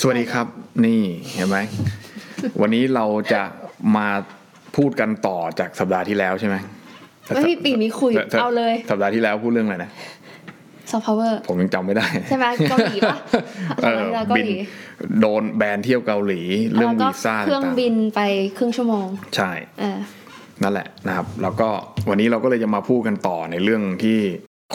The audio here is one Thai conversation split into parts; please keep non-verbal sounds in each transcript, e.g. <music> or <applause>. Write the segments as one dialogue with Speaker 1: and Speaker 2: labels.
Speaker 1: สวัสดีครับ นี่เห็นไหม วันนี้เราจะมาพูดกันต่อจากสัปดาห์ที่แล้วใช่ไหม
Speaker 2: เฮ้ยปีนี้คุย
Speaker 1: สัปดห์
Speaker 2: เอาเลย
Speaker 1: สัปดาห์ที่แล้วพูดเรื่องอะไรนะ
Speaker 2: ซอฟต์พาวเวอร์
Speaker 1: ผมยังจำไม่ได้
Speaker 2: ใช่ไหมเกาหลีปะ
Speaker 1: เออ
Speaker 2: สัปดาห์ที่แล้วเกา
Speaker 1: <laughs> บิน
Speaker 2: หลี
Speaker 1: โดนแบนเที่ยวเกาหลี เรื่อง
Speaker 2: แล้วก็
Speaker 1: วีซ่า
Speaker 2: เครื่อง
Speaker 1: ต่าง
Speaker 2: บินไปครึ่งชั่วโมง
Speaker 1: ๆใช่
Speaker 2: อ่า
Speaker 1: นั่นแหละนะครับ แล้วก็วันนี้เราก็เลยจะมาพูดกันต่อในเรื่องที่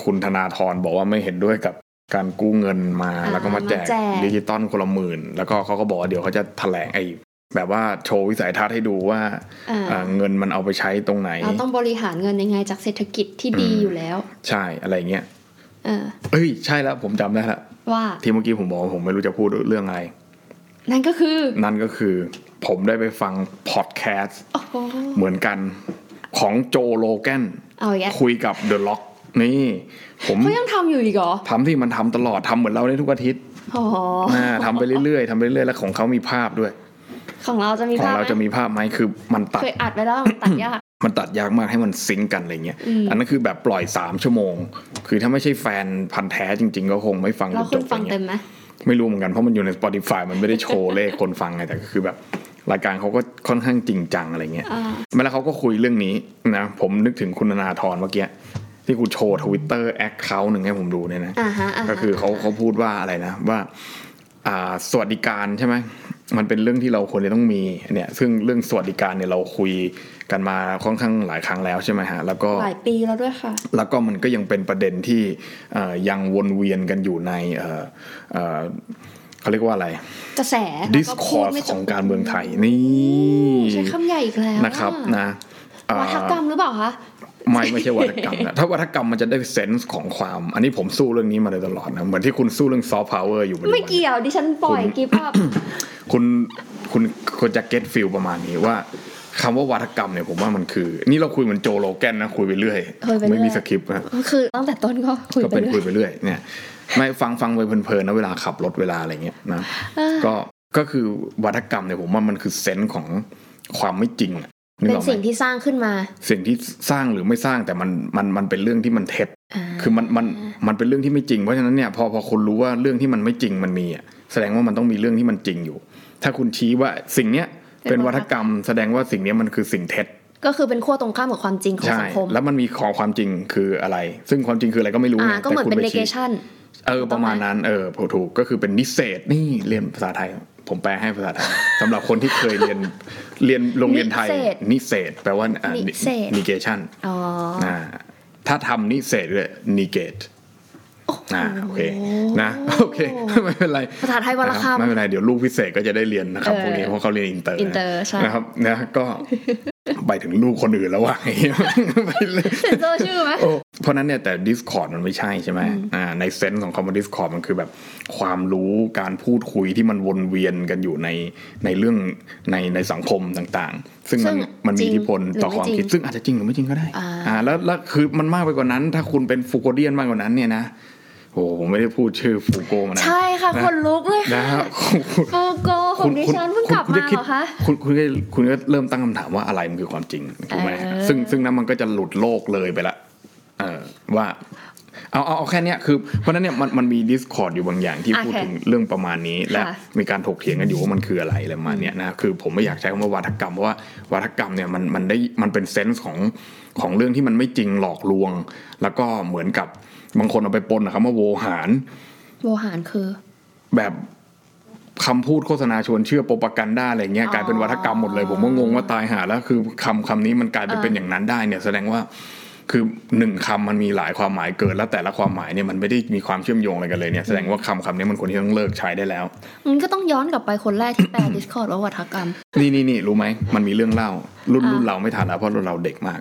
Speaker 1: คุณธนาธรบอกว่าไม่เห็นด้วยกับการกู้เงินมา
Speaker 2: า
Speaker 1: แล้วก็มาแจก
Speaker 2: มาแจก
Speaker 1: ดิจิตอลคนละหมื่น แล้วก็เขาก็บอกว่าเดี๋ยวเขาจะแถลงไอ้แบบว่าโชว์วิสัยทัศน์ให้ดูว่า
Speaker 2: อ่า
Speaker 1: เอ่อเงินมันเอาไปใช้ตรงไหน
Speaker 2: เราต้องบริหารเงินยังไงจากเศรษฐกิจที่ดี
Speaker 1: อืม
Speaker 2: อยู่แล้ว
Speaker 1: ใช่อะไรเงี้ย
Speaker 2: อ่า
Speaker 1: เอ้ยใช่แล้วผมจำได้ละ
Speaker 2: ว่า
Speaker 1: ที่เมื่อกี้ผมบอกว่าผมไม่รู้จะพูดเรื่องอะไร
Speaker 2: นั่นก็คือ
Speaker 1: นั่นก็คือผมได้ไปฟังพอดแคสต์
Speaker 2: โอ้โห
Speaker 1: เหมือนกันของโจโลแกน
Speaker 2: เอาอย่างเงี้ย
Speaker 1: คุยกับเดอะล็อกนี่ผม
Speaker 2: เขายังทำอยู่อีกเหรอ
Speaker 1: ทำที่มันทำตลอดทำเหมือนเราได้ทุกอาทิตย์
Speaker 2: อ๋อ
Speaker 1: อ่าทำไปเรื่อยๆทำไปเรื่อยๆแล้วของเขามีภาพด้วย
Speaker 2: ของเราจะมี
Speaker 1: ของ
Speaker 2: ภาพ
Speaker 1: เราจะ
Speaker 2: ไหม
Speaker 1: มีภาพไหมคือมันตัด
Speaker 2: เคยอัดไว้แล้วมันตัดยาก
Speaker 1: มันตัดยากมากให้มันซิงก์กันอะไรเงี้ย
Speaker 2: อืม
Speaker 1: อันนั้นคือแบบปล่อย 3 ชั่วโมง คือถ้าไม่ใช่แฟนพันธุ์แท้จริง ๆ ก็คงไม่ฟังจ
Speaker 2: เรา
Speaker 1: นจ
Speaker 2: คุณ
Speaker 1: บอะ
Speaker 2: ฟั
Speaker 1: ไรง เงี้
Speaker 2: เต็
Speaker 1: ย
Speaker 2: มไหม
Speaker 1: ไม่รู้เหมือนกันเพราะมันอยู่ใน Spotify มันไม่ได้โชว์เลขคนฟังไงแต่ก็คือแบบรายการเขาก็ค่อนข้างจริงจังอะไรเงี้ย
Speaker 2: อ่า
Speaker 1: แล้วเขาก็คุยเรื่องนี้นะผมนึกถึงคุณธนาธรเมื่อกี้ที่กูโชว์ทวิตเตอร์แอคเคาท์หนึ่งให้ผมดูเนี่ยนะ
Speaker 2: อ่าฮะอ่าฮะ
Speaker 1: ก็คือเขาเขาพูดว่าอะไรนะว่าอ่าสวัสดิการใช่ไหมมันเป็นเรื่องที่เราควรจะต้องมีเนี่ยซึ่งเรื่องสวัสดิการเนี่ยเราคุยกันมาค่อนข้างหลายครั้งแล้วใช่ไหมฮะแล้วก็
Speaker 2: หลายปีแล้วด้วยค่ะ
Speaker 1: แล้วก็มันก็ยังเป็นประเด็นที่เอ่อยังวนเวียนกันอยู่ในเอ่อเอ่อเขาเรียกว่าอะไร
Speaker 2: กระแส
Speaker 1: discourse
Speaker 2: แล้วพูดไม่จบ
Speaker 1: ของการเมืองไทยนี่
Speaker 2: ใช้คำใหญ่อีกแล้ว
Speaker 1: นะครับ
Speaker 2: อ
Speaker 1: นะเอ่อ
Speaker 2: วัฒกรรมหรือเปล่าคะ
Speaker 1: ไม่ไม่ใช่วัฒกรรมนะถ้าวัฒกรรมมันจะได้เซนส์ของความ อันนี้ผมสู้เรื่องนี้มาโดยตลอดนะเหมือนที่คุณสู้เรื่องซอฟต์พาวเวอร์อยู่ปัจจุบัน
Speaker 2: ไม่เกี่ยวดิฉันปล่อยกิฟต์อัพ
Speaker 1: คุณคุณคุณจะเก็ตฟิลประมาณนี้ว่าคำว่าวัฒกรรมเนี่ยผมว่ามันคือ นี่เราคุยเหมือนโจโลแกนนะคุยไปเรื่อย
Speaker 2: คุยไปเรื่อย
Speaker 1: ไม่มีสคริปต์นะ
Speaker 2: คือตั้งแต่ต้นก็คุย
Speaker 1: ก็
Speaker 2: ไป
Speaker 1: เป็น
Speaker 2: เรื่
Speaker 1: คุ
Speaker 2: อย ย
Speaker 1: ไปเรื่อยเนี่ยไม่ฟังฟังไปเพลินๆนะเวลาขับรถเวลาอะไรเงี้ยนะ
Speaker 2: เอ้อ
Speaker 1: ก็ก็คือวัฒกรรมเนี่ยผมว่ามันคือเซนส์ของความไม่จริงอะนึก
Speaker 2: เป็น
Speaker 1: ออกไหม
Speaker 2: สิ่งที่สร้างขึ้นมา
Speaker 1: สิ่งที่สร้างหรือไม่สร้างแต่มันมันมันเป็นเรื่องที่มันเท็จ
Speaker 2: อ่า
Speaker 1: คือมันมันมันเป็นเรื่องที่ไม่จริงเพราะฉะนั้นเนี่ยพอพอคนรู้ว่าเรื่องที่มันไม่จริงมันมีอะแสดงว่ามันต้องมีเรื่องที่มันจริงอยู่ ถ้าคุณชี้ว่าสิ่งเนี้ยเป็นวัฒกรรม แสดงว่าสิ่งเนี้ยมันคือสิ่งเท็จ
Speaker 2: ก็คือเป็นขั้วตรงข้ามกับความจริงของ
Speaker 1: ใช่
Speaker 2: สังคม
Speaker 1: แล้วมันมีของความจริงคืออะไร ซึ่งความจริงคืออะไรก็ไม่รู้
Speaker 2: อ่า
Speaker 1: ไง
Speaker 2: ก็เหมือนเป็น
Speaker 1: แต่คุณไชี้
Speaker 2: negation
Speaker 1: เออประมาณนั้นเออถูกถูกก็คือเป็นนิเศษนี่เรียนภาษาไทย ผมแปลให้ภาษาไทย <laughs> สำหรับคนที่เคยเรียนเรียนโรงเรียนไทย
Speaker 2: นิเศษ
Speaker 1: นิเศษแปลว่า
Speaker 2: นิเศษ
Speaker 1: นิเกชัน
Speaker 2: อ๋อ
Speaker 1: อ่าถ้าทำนี่เสร็จเลยนิเกตอ่าโอเคนะ <laughs> โอเค ไม่เป็นไร
Speaker 2: ภาษาไทยวัน
Speaker 1: รั
Speaker 2: ละ
Speaker 1: บ
Speaker 2: คำ
Speaker 1: ไม่เป็นไร เดี๋ยวลูกพิเศษก็จะได้เรียนนะครับ
Speaker 2: เออ
Speaker 1: พวกนี้เพราะเขาเรียนอินเตอร์
Speaker 2: อินเตอร์ใช่
Speaker 1: นะครับนะก็
Speaker 2: <laughs>
Speaker 1: ไปถึงลูกคนอื่นแล้วว่ะ <laughs> ไปเลย
Speaker 2: เซนเซอร์ชื่อไหม
Speaker 1: โอ้เพราะนั้นเนี่ยแต่ Discord มันไม่ใช่ใช่ไหมอ่าในเซนส์ของคำว่า Discord มันคือแบบความรู้การพูดคุยที่มันวนเวียนกันอยู่ในในเรื่องในในสังคมต่างๆ ซึ่งมัน
Speaker 2: ซึ่ง
Speaker 1: มันมีอิทธิพลต่อ
Speaker 2: จ
Speaker 1: ความ
Speaker 2: ริงหรือไม่
Speaker 1: คิด
Speaker 2: จริง
Speaker 1: ซึ่งอาจจะจริงหรือไม่จริงก็ได้
Speaker 2: อ่า
Speaker 1: แล้วแล้วคือมันมากไปกว่านั้น ถ้าคุณเป็นฟูโกเดียนมากกว่านั้นเนี่ยนะโอ้ผมไม่ได้พูดชื่อฟูโกมานะ
Speaker 2: ใช่ค่ะคนลุกเลย
Speaker 1: นะ
Speaker 2: ค่ะ
Speaker 1: ฮะ <laughs>
Speaker 2: ฟูโกของดิฉันเพิ่งกลับมาเหรอคะ
Speaker 1: คุณคุณก็คุณก็เริ่มตั้งคำถามว่าอะไรมันคือความจริงถูกไหม
Speaker 2: เออ
Speaker 1: ซึ่งซึ่งนั้นมันก็จะหลุดโลกเลยไปละเออว่าเอาเอาเอาแค่เนี้ยคือเพราะฉะนั้นเนี่ยมันมันมี Discord อยู่บางอย่างที่
Speaker 2: โอเค
Speaker 1: พูดถึงเรื่องประมาณนี้ และ
Speaker 2: ค่ะ
Speaker 1: มีการถกเถียงกันอยู่ว่ามันคืออะไรอะไรประมาณเนี้ยนะคือผมไม่อยากใช้คำว่าวัฒกรรมเพราะว่าวัฒกรรมเนี่ยมันมันได้มันเป็นเซนส์ของของเรื่องที่มันไม่จริงหลอกลวง แล้วก็เหมือนกับบางคนเอาไปปนนะครับว่าโวหาร
Speaker 2: โวหารคือ
Speaker 1: แบบคำพูดโฆษณาชวนเชื่อโปรปากันด้าอะไรเงี้ย
Speaker 2: อ๋อ
Speaker 1: กลายเป็นวัฒกรรมหมดเลย ผมก็งงว่าตายหาแล้วคือคำคำนี้มันกลายไปเป็นอย่างนั้นได้เนี่ยแสดงว่าคือหนึ่งคำมันมีหลายความหมายเกิดแล้วแต่ละความหมายเนี่ยมันไม่ได้มีความเชื่อมโยงอะไรกันเลยเนี่ยแสดงว่าคำคำนี้มันควรที่ต้องเลิกใช้ได้แล้ว
Speaker 2: มันก็ต้องย้อนกลับไปคนแรกที่แปล Discord ว่าวัฒกรรม
Speaker 1: นี่นี่นี่รู้ไหมมันมีเรื่องเล่า รุ่น
Speaker 2: อ่า
Speaker 1: รุ่นเราไม่ทันแล้วเพราะรุ่นเราเด็กมาก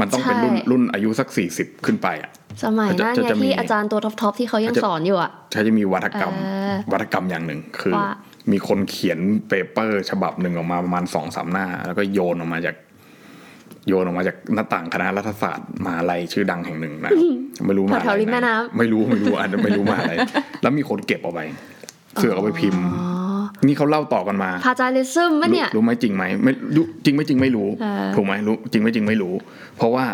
Speaker 1: มันต้องเป็น
Speaker 2: ใช่
Speaker 1: รุ่นรุ่นอายุสักสี่สิบขึ้นไปอ่ะ
Speaker 2: สมัย
Speaker 1: จะ
Speaker 2: นั้น
Speaker 1: จะ
Speaker 2: ไง
Speaker 1: จะมี
Speaker 2: ที่อาจารย์ตัวท็อปๆที่เขายังสอนอยู่อ่ะ
Speaker 1: ถ้าจะมีวัฒกรรม
Speaker 2: เออ
Speaker 1: วัฒกรรมอย่างหนึ่งคือ
Speaker 2: ว่า
Speaker 1: มีคนเขียนเปเปอร์ฉบับหนึ่งออกมาประมาณสองสามหน้า แล้วก็โยนออกมาจาก โยนออกมาจากหน้าต่างคณะรัฐศาสตร์มหาลัยชื่อดังแห่งหนึ่งนะไม่รู้มหาลัย
Speaker 2: แถวๆริมแม่น้ำ
Speaker 1: ไม่รู้ไม่รู้อันไม่รู้มหาลัยแล้วมีคนเก็บเอาไปเสือกเอาไปพิมพ์
Speaker 2: อ๋อ
Speaker 1: นี่เขาเล่าต่อกันมา
Speaker 2: พาจาริซึมปะเนี่ย
Speaker 1: รู้รู้ไหมจริงไหมไม่รู้จริงไม่จริงไม่รู้
Speaker 2: อ่า
Speaker 1: ถูกไหมรู้จริงไม่จริงไม่รู้ เพราะว่า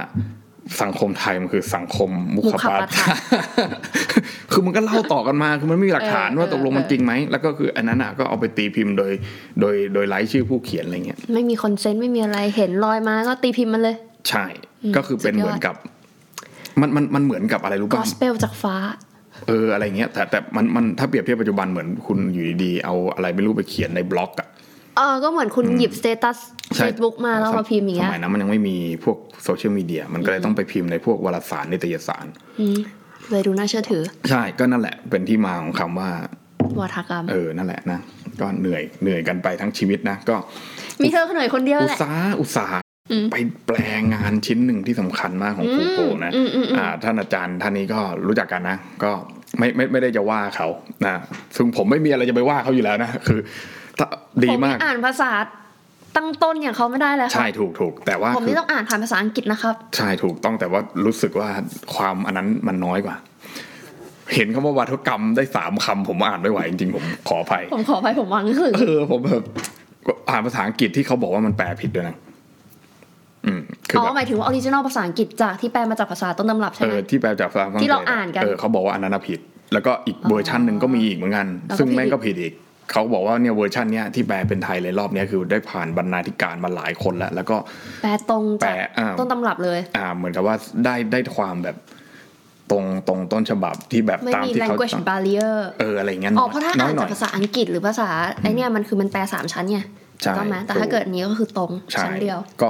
Speaker 1: สังคมไทยมันคือสังคมมุขปา
Speaker 2: มุขปา
Speaker 1: ฐา
Speaker 2: ฐาน
Speaker 1: <laughs> คือมันก็เล่าต่อกันมาคือมันไม่มีหลักฐาน
Speaker 2: เออ
Speaker 1: ว่าตกลง
Speaker 2: เออ
Speaker 1: มันจริงไหมแล้วก็คืออันนั้นอ่ะก็เอาไปตีพิมพ์โดย โดยโดยไลฟ์ชื่อผู้เขียนอะไรเงี้ย
Speaker 2: ไม่มีคอนเซนต์ไม่มีอะไรเห็นลอยมาก็ตีพิมพ์มันเลย
Speaker 1: ใช่ก็คือเป็นเห
Speaker 2: สุดยอด
Speaker 1: มือนกับ มันมันมันเหมือนกับอะไรรู้
Speaker 2: กอ
Speaker 1: ป่ะ
Speaker 2: สเปลจากฟ้า
Speaker 1: เอออะไรเงี้ยแต่แต่มันมันถ้าเปรียบเทียบปัจจุบันเหมือนคุณอยู่ดีๆเอาอะไรไม่รู้ไปเขียนในบล็อกอ่ะ
Speaker 2: เออก็เหมือนคุณหยิบสเตตัส
Speaker 1: ใช่
Speaker 2: เฟซบุ๊กมาแล้วมาพิมพ์อย่างเงี้
Speaker 1: ส
Speaker 2: ย
Speaker 1: มัยนั้นมันยังไม่มีพวกโซเชียลมีเดียมันก็เลยต้องไปพิมพ์ในพวกวารสารนิตยสาร
Speaker 2: อืมเลยดูน่าเชื่อถือ
Speaker 1: ใช่ก็นั่นแหละเป็นที่มาของคำว่า
Speaker 2: วาทกรรม
Speaker 1: เออนั่นแหละนะ ก็เหนื่อยเหนื่อยกันไปทั้งชีวิตนะ ก็
Speaker 2: มีเธอคนหน่อยคนเดียว
Speaker 1: อุต
Speaker 2: แหละ
Speaker 1: สาห์อุตสาห์
Speaker 2: อืม
Speaker 1: ไปแปลงานชิ้นหนึ่งที่สำคัญมากของฟูโกะนะ
Speaker 2: อืมอืมอืม
Speaker 1: อ่าท่านอาจารย์ท่านนี้ก็รู้จักกันนะ ก็ไม่ไม่ไม่ได้จะว่าเขานะซึ่งผมไม่มีอะไรจะไปว่าเขาอยู่แล้วนะคือถ้าดี
Speaker 2: ผม
Speaker 1: มา
Speaker 2: นี่
Speaker 1: ก
Speaker 2: อ่านภาษาตั้งต้นอย่างเขาไม่ได้แล้ว
Speaker 1: ใช่ถูกถูกแต่ว่า
Speaker 2: ผม
Speaker 1: คื
Speaker 2: นี่
Speaker 1: อ
Speaker 2: ต้องอ่านผ่านภาษาอังกฤษนะครับ
Speaker 1: ใช่ถูกต้องแต่ว่ารู้สึกว่าความอันนั้นมันน้อยกว่า เห็นคำว่าวัฒกรรมได้สามคำผมอ่านไม่ไหวจริงๆผมขออภัย
Speaker 2: ผมขอไปผมวางขึ้น
Speaker 1: เออผมแบบอ่านภาษาอังกฤษที่เขาบอกว่ามันแปลผิดด้วยนะอืมคือ
Speaker 2: อ๋อ
Speaker 1: แบบ
Speaker 2: หมายถึงว่าออริจินอลภาษาอังกฤษจากที่แปลมาจากภาษาต้นตำรับใช่
Speaker 1: เอ
Speaker 2: ไหม
Speaker 1: อที่แปลจากภาษาฝรั่ง
Speaker 2: ที่
Speaker 1: เศส
Speaker 2: เราอ่านกัน
Speaker 1: เออเขาบอกว่าอันนั้นนะผิด แล้วก็อีกเวอร์ชันหนึ่งก็มีอีกเหมือนกัน
Speaker 2: แล้วก็
Speaker 1: ซึ่งแม่ง
Speaker 2: ผิด
Speaker 1: ก็ผิด
Speaker 2: อีก
Speaker 1: อีกเขาบอกว่าเนี่ยเวอร์ชันเนี้ยที่แปลเป็นไทยเลยรอบเนี้ยคือได้ผ่านบรรณาธิการมาหลายคนแล้ว แล้วก็
Speaker 2: แปลตรงจาก
Speaker 1: แปลอ่า
Speaker 2: ต้นตำรับเลย
Speaker 1: อ่าเหมือนกับว่าได้ได้ความแบบตรงตรงต้นฉบับที่แบบ
Speaker 2: ไม่
Speaker 1: ตาม
Speaker 2: มี
Speaker 1: ที่เขา
Speaker 2: language barrier
Speaker 1: เอออะไรอย่างเงี้ย
Speaker 2: อ๋
Speaker 1: น้
Speaker 2: อ
Speaker 1: อย
Speaker 2: เพราะถ้า
Speaker 1: น้อ
Speaker 2: อ่า
Speaker 1: ย
Speaker 2: น
Speaker 1: หน่
Speaker 2: จาก
Speaker 1: อย
Speaker 2: ภาษาอังกฤษหรือภาษาไอเนี่ยมันคือมันแปลสามชั้นไง
Speaker 1: ใช่
Speaker 2: ถูกไหมแต่
Speaker 1: ถูก
Speaker 2: ถ้าเกิดอันนี้ก็คือตรง
Speaker 1: ใช่
Speaker 2: ชั้นเดียว
Speaker 1: ก็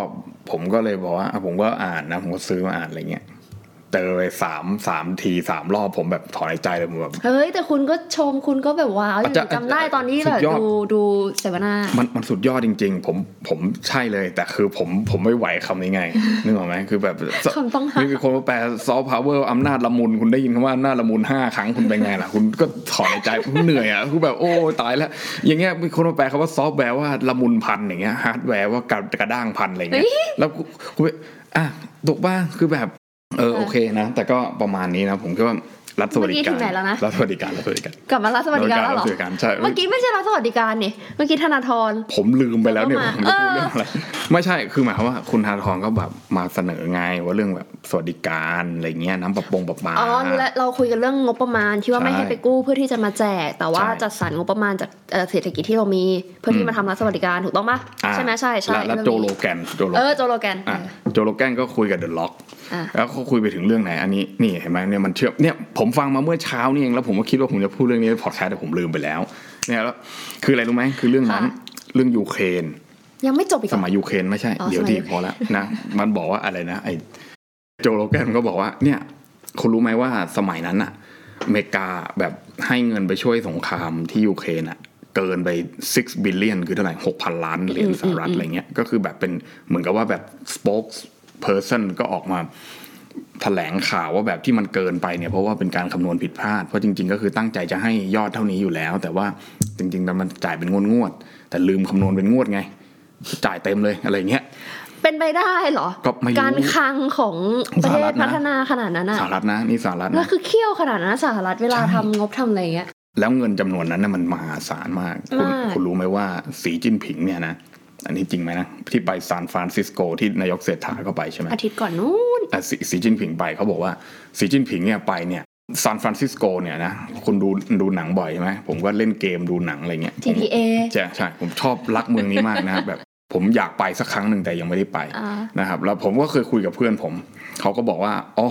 Speaker 1: ผมก็เลยบอกว่าอ่ะผมก็อ่านนะ ผมก็ซื้อมาอ่านอะไรเงี้ยเจอไปสามสามทีสามรอบผมแบบถอนหายใจเลยผมแบบ
Speaker 2: เฮ้ย แต่คุณก็ชมคุณก็แบบว้าวอยู่
Speaker 1: อาจจะ
Speaker 2: จำได้ตอนนี้แบบ
Speaker 1: สุดยอด
Speaker 2: ดูดูเสวนา
Speaker 1: มันมันสุดยอดจริง ๆ ผมผมใช่เลย แต่คือผมผมไม่ไหวคำนี้ไง นึกออกไหมคือแบบ
Speaker 2: คำต้องห้าม
Speaker 1: นี่คือคนมาแปลซอฟต์พาวเวอร์อำนาจละมุนคุณได้ยินคำว่าอำนาจละมุนห้าครั้งคุณเป็นไงล่ะ คุณก็ถอนหายใจคุณเหนื่อยอ่ะคุณแบบโอ้ตายแล้ว อย่างเงี้ยมีคนมาแปลคำว่าซอฟต์แวร์ว่าละมุนพันอย่างเงี้ยฮาร์ดแวร์ว่ากระกระด้างพันอะไรเงี้ยแล้วคุณคุณไปอ่ะตกบ้างคือแบบเออโอเคนะ แต่ก็ประมาณนี้นะผมคิดว่ารัฐสวัสดิ
Speaker 2: เมื่อกี้
Speaker 1: กา
Speaker 2: ถึ
Speaker 1: รง
Speaker 2: ไหนแล้วนะ
Speaker 1: รัฐสวัสดิการรัฐสวัสดิการ
Speaker 2: กลับมารับสวัสดิการแล้วเหร
Speaker 1: ฐส
Speaker 2: อ
Speaker 1: วัสดิการใช่
Speaker 2: เมื่อกี้ไม่ใช่รับสวัสดิการนี่เมื่อกี้ธนาธร
Speaker 1: ผมลืมไปแล้วเนี่ย
Speaker 2: แล้
Speaker 1: ว่าว ผ
Speaker 2: ก็
Speaker 1: ม
Speaker 2: มา
Speaker 1: จะพูดเรื่องอะไร ไม่ใช่คือหมายความว่าคุณธนาธรก็แบบมาเสนอไงว่าเรื่องแบบสวัสดิการอะไรเงี้ยน้ำประปงประปา
Speaker 2: อ๋อรู้แล้วเราคุยกันเรื่องงบประมาณที่ว่า
Speaker 1: ใช่
Speaker 2: ไม่ให้ไปกู้เพื่อที่จะมาแจก แต่ว่า
Speaker 1: ใช่
Speaker 2: จัดสรรงบประมาณจากเอ่อเศรษฐกิจที่เรามีเพื่อ
Speaker 1: อื
Speaker 2: ที่
Speaker 1: ม
Speaker 2: มาทำรัฐสวัสดิการถูกต้องปะ
Speaker 1: อ่า
Speaker 2: ใช่ไหมใช่ใช่
Speaker 1: แล้วแล้วโจ
Speaker 2: เรื่อง
Speaker 1: โล
Speaker 2: นี้
Speaker 1: แกนโจโล
Speaker 2: เออโจโลแกน
Speaker 1: อ่ะโจโลแกนก็คุยกับเดอะล็อก
Speaker 2: อ่ะ
Speaker 1: แล้วเขาคุยไปถึงเรื่องไหนอันนี้นี่เห็นไหมเนี่ยมันเชื่อมเนี่ยผมฟังมาเมื่อเช้านี่เองแล้วผมก็คิดว่าผมจะพูดเรื่องนี้ในพอดแคสต์แต่ผมลืมไปแล้วเนี่ยแล้วคืออะไรรู้ไหมคือเรื่องนั้น
Speaker 2: ค่ะ
Speaker 1: เรื่องยูเครน
Speaker 2: ยังไม่จบอีกเห
Speaker 1: ส
Speaker 2: รอ
Speaker 1: มัยยูเครนไม่ใช่
Speaker 2: อ๋อ
Speaker 1: เดี๋ยว
Speaker 2: สมัย
Speaker 1: ดี
Speaker 2: ยูเครน
Speaker 1: พอแล้วนะ มันบอกว่าอะไรนะไอโจโรแกนมันก็บอกว่า เนี่ยคุณรู้ไหมว่าสมัยนั้นอะอเมริกาแบบให้เงินไปช่วยสงครามที่ยูเครนอะเกินไป 6 บิลเลียนคือเท่าไหร่ 6,000 ล้านเหรียญสหรัฐอะไรเงี้ย ก็คือแบบเป็นเหมือนกับว่าแบบ spokesperson ก็ออกมา แถลงข่าวว่าแบบที่มันเกินไปเนี่ยเพราะว่าเป็นการคำนวณผิดพลาด เพราะจริงๆ ก็คือตั้งใจจะให้ยอดเท่านี้อยู่แล้ว แต่ว่าจริงๆมันจ่ายเป็นงวดงวดๆแต่ลืมคำนวณเป็นงวดไง จ่ายเต็มเลยอะไรเงี้ย
Speaker 2: เป็นไปได้เหรอ
Speaker 1: ก็ไม่รู้
Speaker 2: การคลังของประ
Speaker 1: ส
Speaker 2: เท
Speaker 1: หรั
Speaker 2: ศ
Speaker 1: ฐนะ
Speaker 2: พัฒนาขนาดนั้นอะ
Speaker 1: สหรัฐนะนี่สหรัฐ
Speaker 2: แล้ว
Speaker 1: นะ
Speaker 2: คือเขี้ยวขนาดนั้นนะสหรัฐเวลา
Speaker 1: ใช่
Speaker 2: ทำงบทำอะไรเงี้ย
Speaker 1: แล้วเงินจำนวนนั้นน่ะมันมหาศาลมาก คุณ
Speaker 2: มาก
Speaker 1: คุณรู้ไหมว่าสีจิ้นผิงเนี่ยนะอันนี้จริงไหมนะที่ไปซานฟรานซิสโกที่นายกเศรษฐาก็ไปใช่ไหม
Speaker 2: อาทิตย์ก่อนนู้น
Speaker 1: อ่ะสีสีจิ้นผิงไปเขาบอกว่าสีจิ้นผิงเนี่ยไปเนี่ยซานฟรานซิสโกเนี่ยนะคนดูดูหนังบ่อยใช่ไหมผมก็เล่นเกมดูหนังอะไรเงี้ย
Speaker 2: TPA
Speaker 1: ใช่ใช่ผมชอบรักเมืองนี้มากนะครับแบบผมอยากไปสักครั้งหนึ่งแต่ยังไม่ได้ไป
Speaker 2: อ่า
Speaker 1: นะครับแล้วผมก็เคยคุยกับเพื่อนผมเขาก็บอกว่าอ๋อ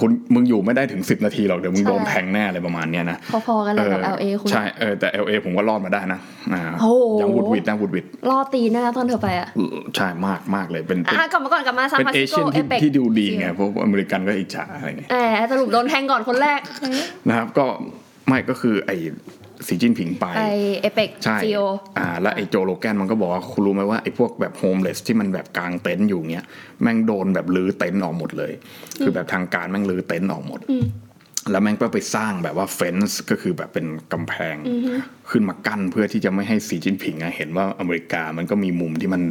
Speaker 1: คุณมึงอยู่ไม่ได้ถึง 10 นาทีหรอกเดี๋ยวมึงโดน
Speaker 2: ใช่
Speaker 1: แทงแน่อะไรประมาณเนี้ยนะ
Speaker 2: พอๆกันเลยกับ LA คุณ
Speaker 1: ใช่เออแต่ LA ผมก็รอดมาได้นะอ่า
Speaker 2: โอ้โห
Speaker 1: ยังวุดวิดนะวุดวิด
Speaker 2: ล่อตีนด้วยนะตอนเธอไปอะ
Speaker 1: ใช่มากมากเลยเป็นเป็น
Speaker 2: อ่ะกลับมาก่อนกลับมาซาน
Speaker 1: เป็น
Speaker 2: ฟราน
Speaker 1: เอ
Speaker 2: ซิสโก
Speaker 1: เชียน
Speaker 2: เอ
Speaker 1: ที่
Speaker 2: เปก
Speaker 1: ที่ดูดีไงเพราะว่าอเมริกันก็อิจฉาอะไรเงี้ย
Speaker 2: เออสรุปโดนแทงก่อนคนแรก
Speaker 1: นะครับก็ไม่ก็คือไอ้สีจิ้นผิงไป
Speaker 2: ไอเอเปก
Speaker 1: ใช่
Speaker 2: ซีโอ
Speaker 1: อ่าแล้วไอ้โจโลแกนมันก็บอกว่าคุณรู้ไหมว่าไอ้พวกแบบโฮมเลสที่มันแบบกางเต็นท์อยู่เงี้ยแม่งโดนแบบลื้อเต็นท์ออกหมดเลย คือแบบทางการแม่งลื้อเต็นท์ออกหมด แล้วแม่งก็ไปสร้างแบบว่าเฟนส์ก็คือแบบเป็นกำแพงขึ้นมากั้นเพื่อที่จะไม่ให้สีจิ้นผิงอะเห็นว่าอเมริกามันก็มีมุมที่มัน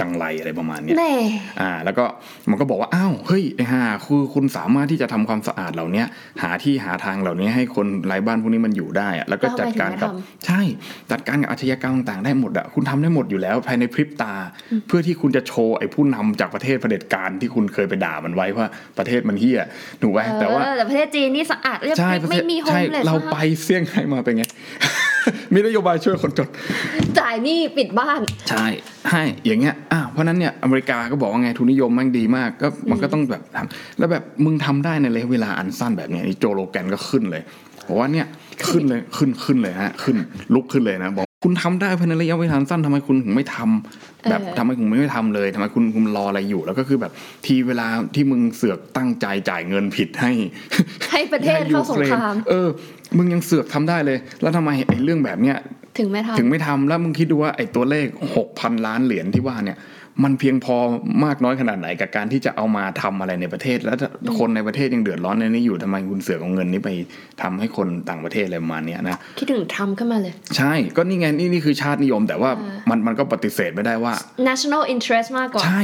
Speaker 1: จังไรอะไรประมาณเนี้ย
Speaker 2: แน่
Speaker 1: อ่าแล้วก็มันก็บอกว่าอ้าวเฮ้ยไอ้ห่าคือคุณสามารถที่จะทำความสะอาดเหล่าเนี้ยหาที่หาทางเหล่านี้ให้คนไร้บ้านพวกนี้มันอยู่ได้อะแล้วก็
Speaker 2: แล้วทำไม
Speaker 1: จัดการกับ
Speaker 2: ถึงไม่
Speaker 1: ใช่จัดการกับอาชญากรรมต่างๆได้หมดอะคุณทำได้หมดอยู่แล้วภายในพริบตา เพื่อที่คุณจะโชว์ไอ้ผู้นำจากประเทศเผด็จการที่คุณเคยไปด่ามันไว้ว่าประเทศมันเฮี้ยถูกไหม
Speaker 2: เออ
Speaker 1: แต่ว่า
Speaker 2: แต่ประเทศจีนนี่สะอาดเรียบ
Speaker 1: ใช่
Speaker 2: ไม่ไม่มีโฮ
Speaker 1: ใช่
Speaker 2: มเลส
Speaker 1: เราไปเซี่ยงไฮ้มาเป็นไง <laughs> มีนโยบายช่วยคนจน
Speaker 2: จ่ายหนี่ปิดบ้าน <laughs>
Speaker 1: ใช่ให้อย่างเงี้ยอ้าวเพราะฉะนั้นเนี่ยอเมริกาก็บอกว่าไงทุนนิยมแม่งดีมากก็มันก็ต้องแบบทำแล้วแบบมึงทำได้ในระยะเวลาอันสั้นแบบเนี้ยนี่โจโลแกนก็ขึ้นเลยบอกว่าเนี่ยขึ้นเลยขึ้นขึ้นเลยฮะขึ้นลุกขึ้นเลยนะบอกคุณทำได้ภายในระยะเวลาอันสั้นทำไมคุณถึงไม่ทำแบบ
Speaker 2: เออ
Speaker 1: ทำไมคุณไม่ทำเลยทำไมคุณคุณรออะไรอยู่ แล้วก็คือแบบทีเวลาที่มึงเสือกตั้งใจจ่ายเงินผิดให้
Speaker 2: ให้ประเทศเข้าสงคราม
Speaker 1: เออ มึงยังเสือกทำได้เลย แล้วทำไมไอ้เรื่องแบบเนี้ย
Speaker 2: ถึงไม่ทำ
Speaker 1: ถึงไม่ทำแล้วมึงคิดดูว่าไอ้ตัวเลข 6,000 ล้านเหรียญที่ว่าเนี่ย มันเพียงพอมากน้อยขนาดไหนกับการที่จะเอามาทำอะไรในประเทศ แล้วคนในประเทศยังเดือดร้อนในนี้อยู่ทำไมคุณเสือกเอาเงินนี้ไปทำให้คนต่างประเทศอะไรประมาณเนี้ยนะ
Speaker 2: คิดถึงทรัมป์ขึ้นมาเลย
Speaker 1: ใช่ก็นี่ไงนี่นี่คือชาตินิยม แต่ว่า
Speaker 2: อ่ามั
Speaker 1: มันมันก็ปฏิเสธไม่ได้ว่า
Speaker 2: national interest มากกว่า
Speaker 1: ใช่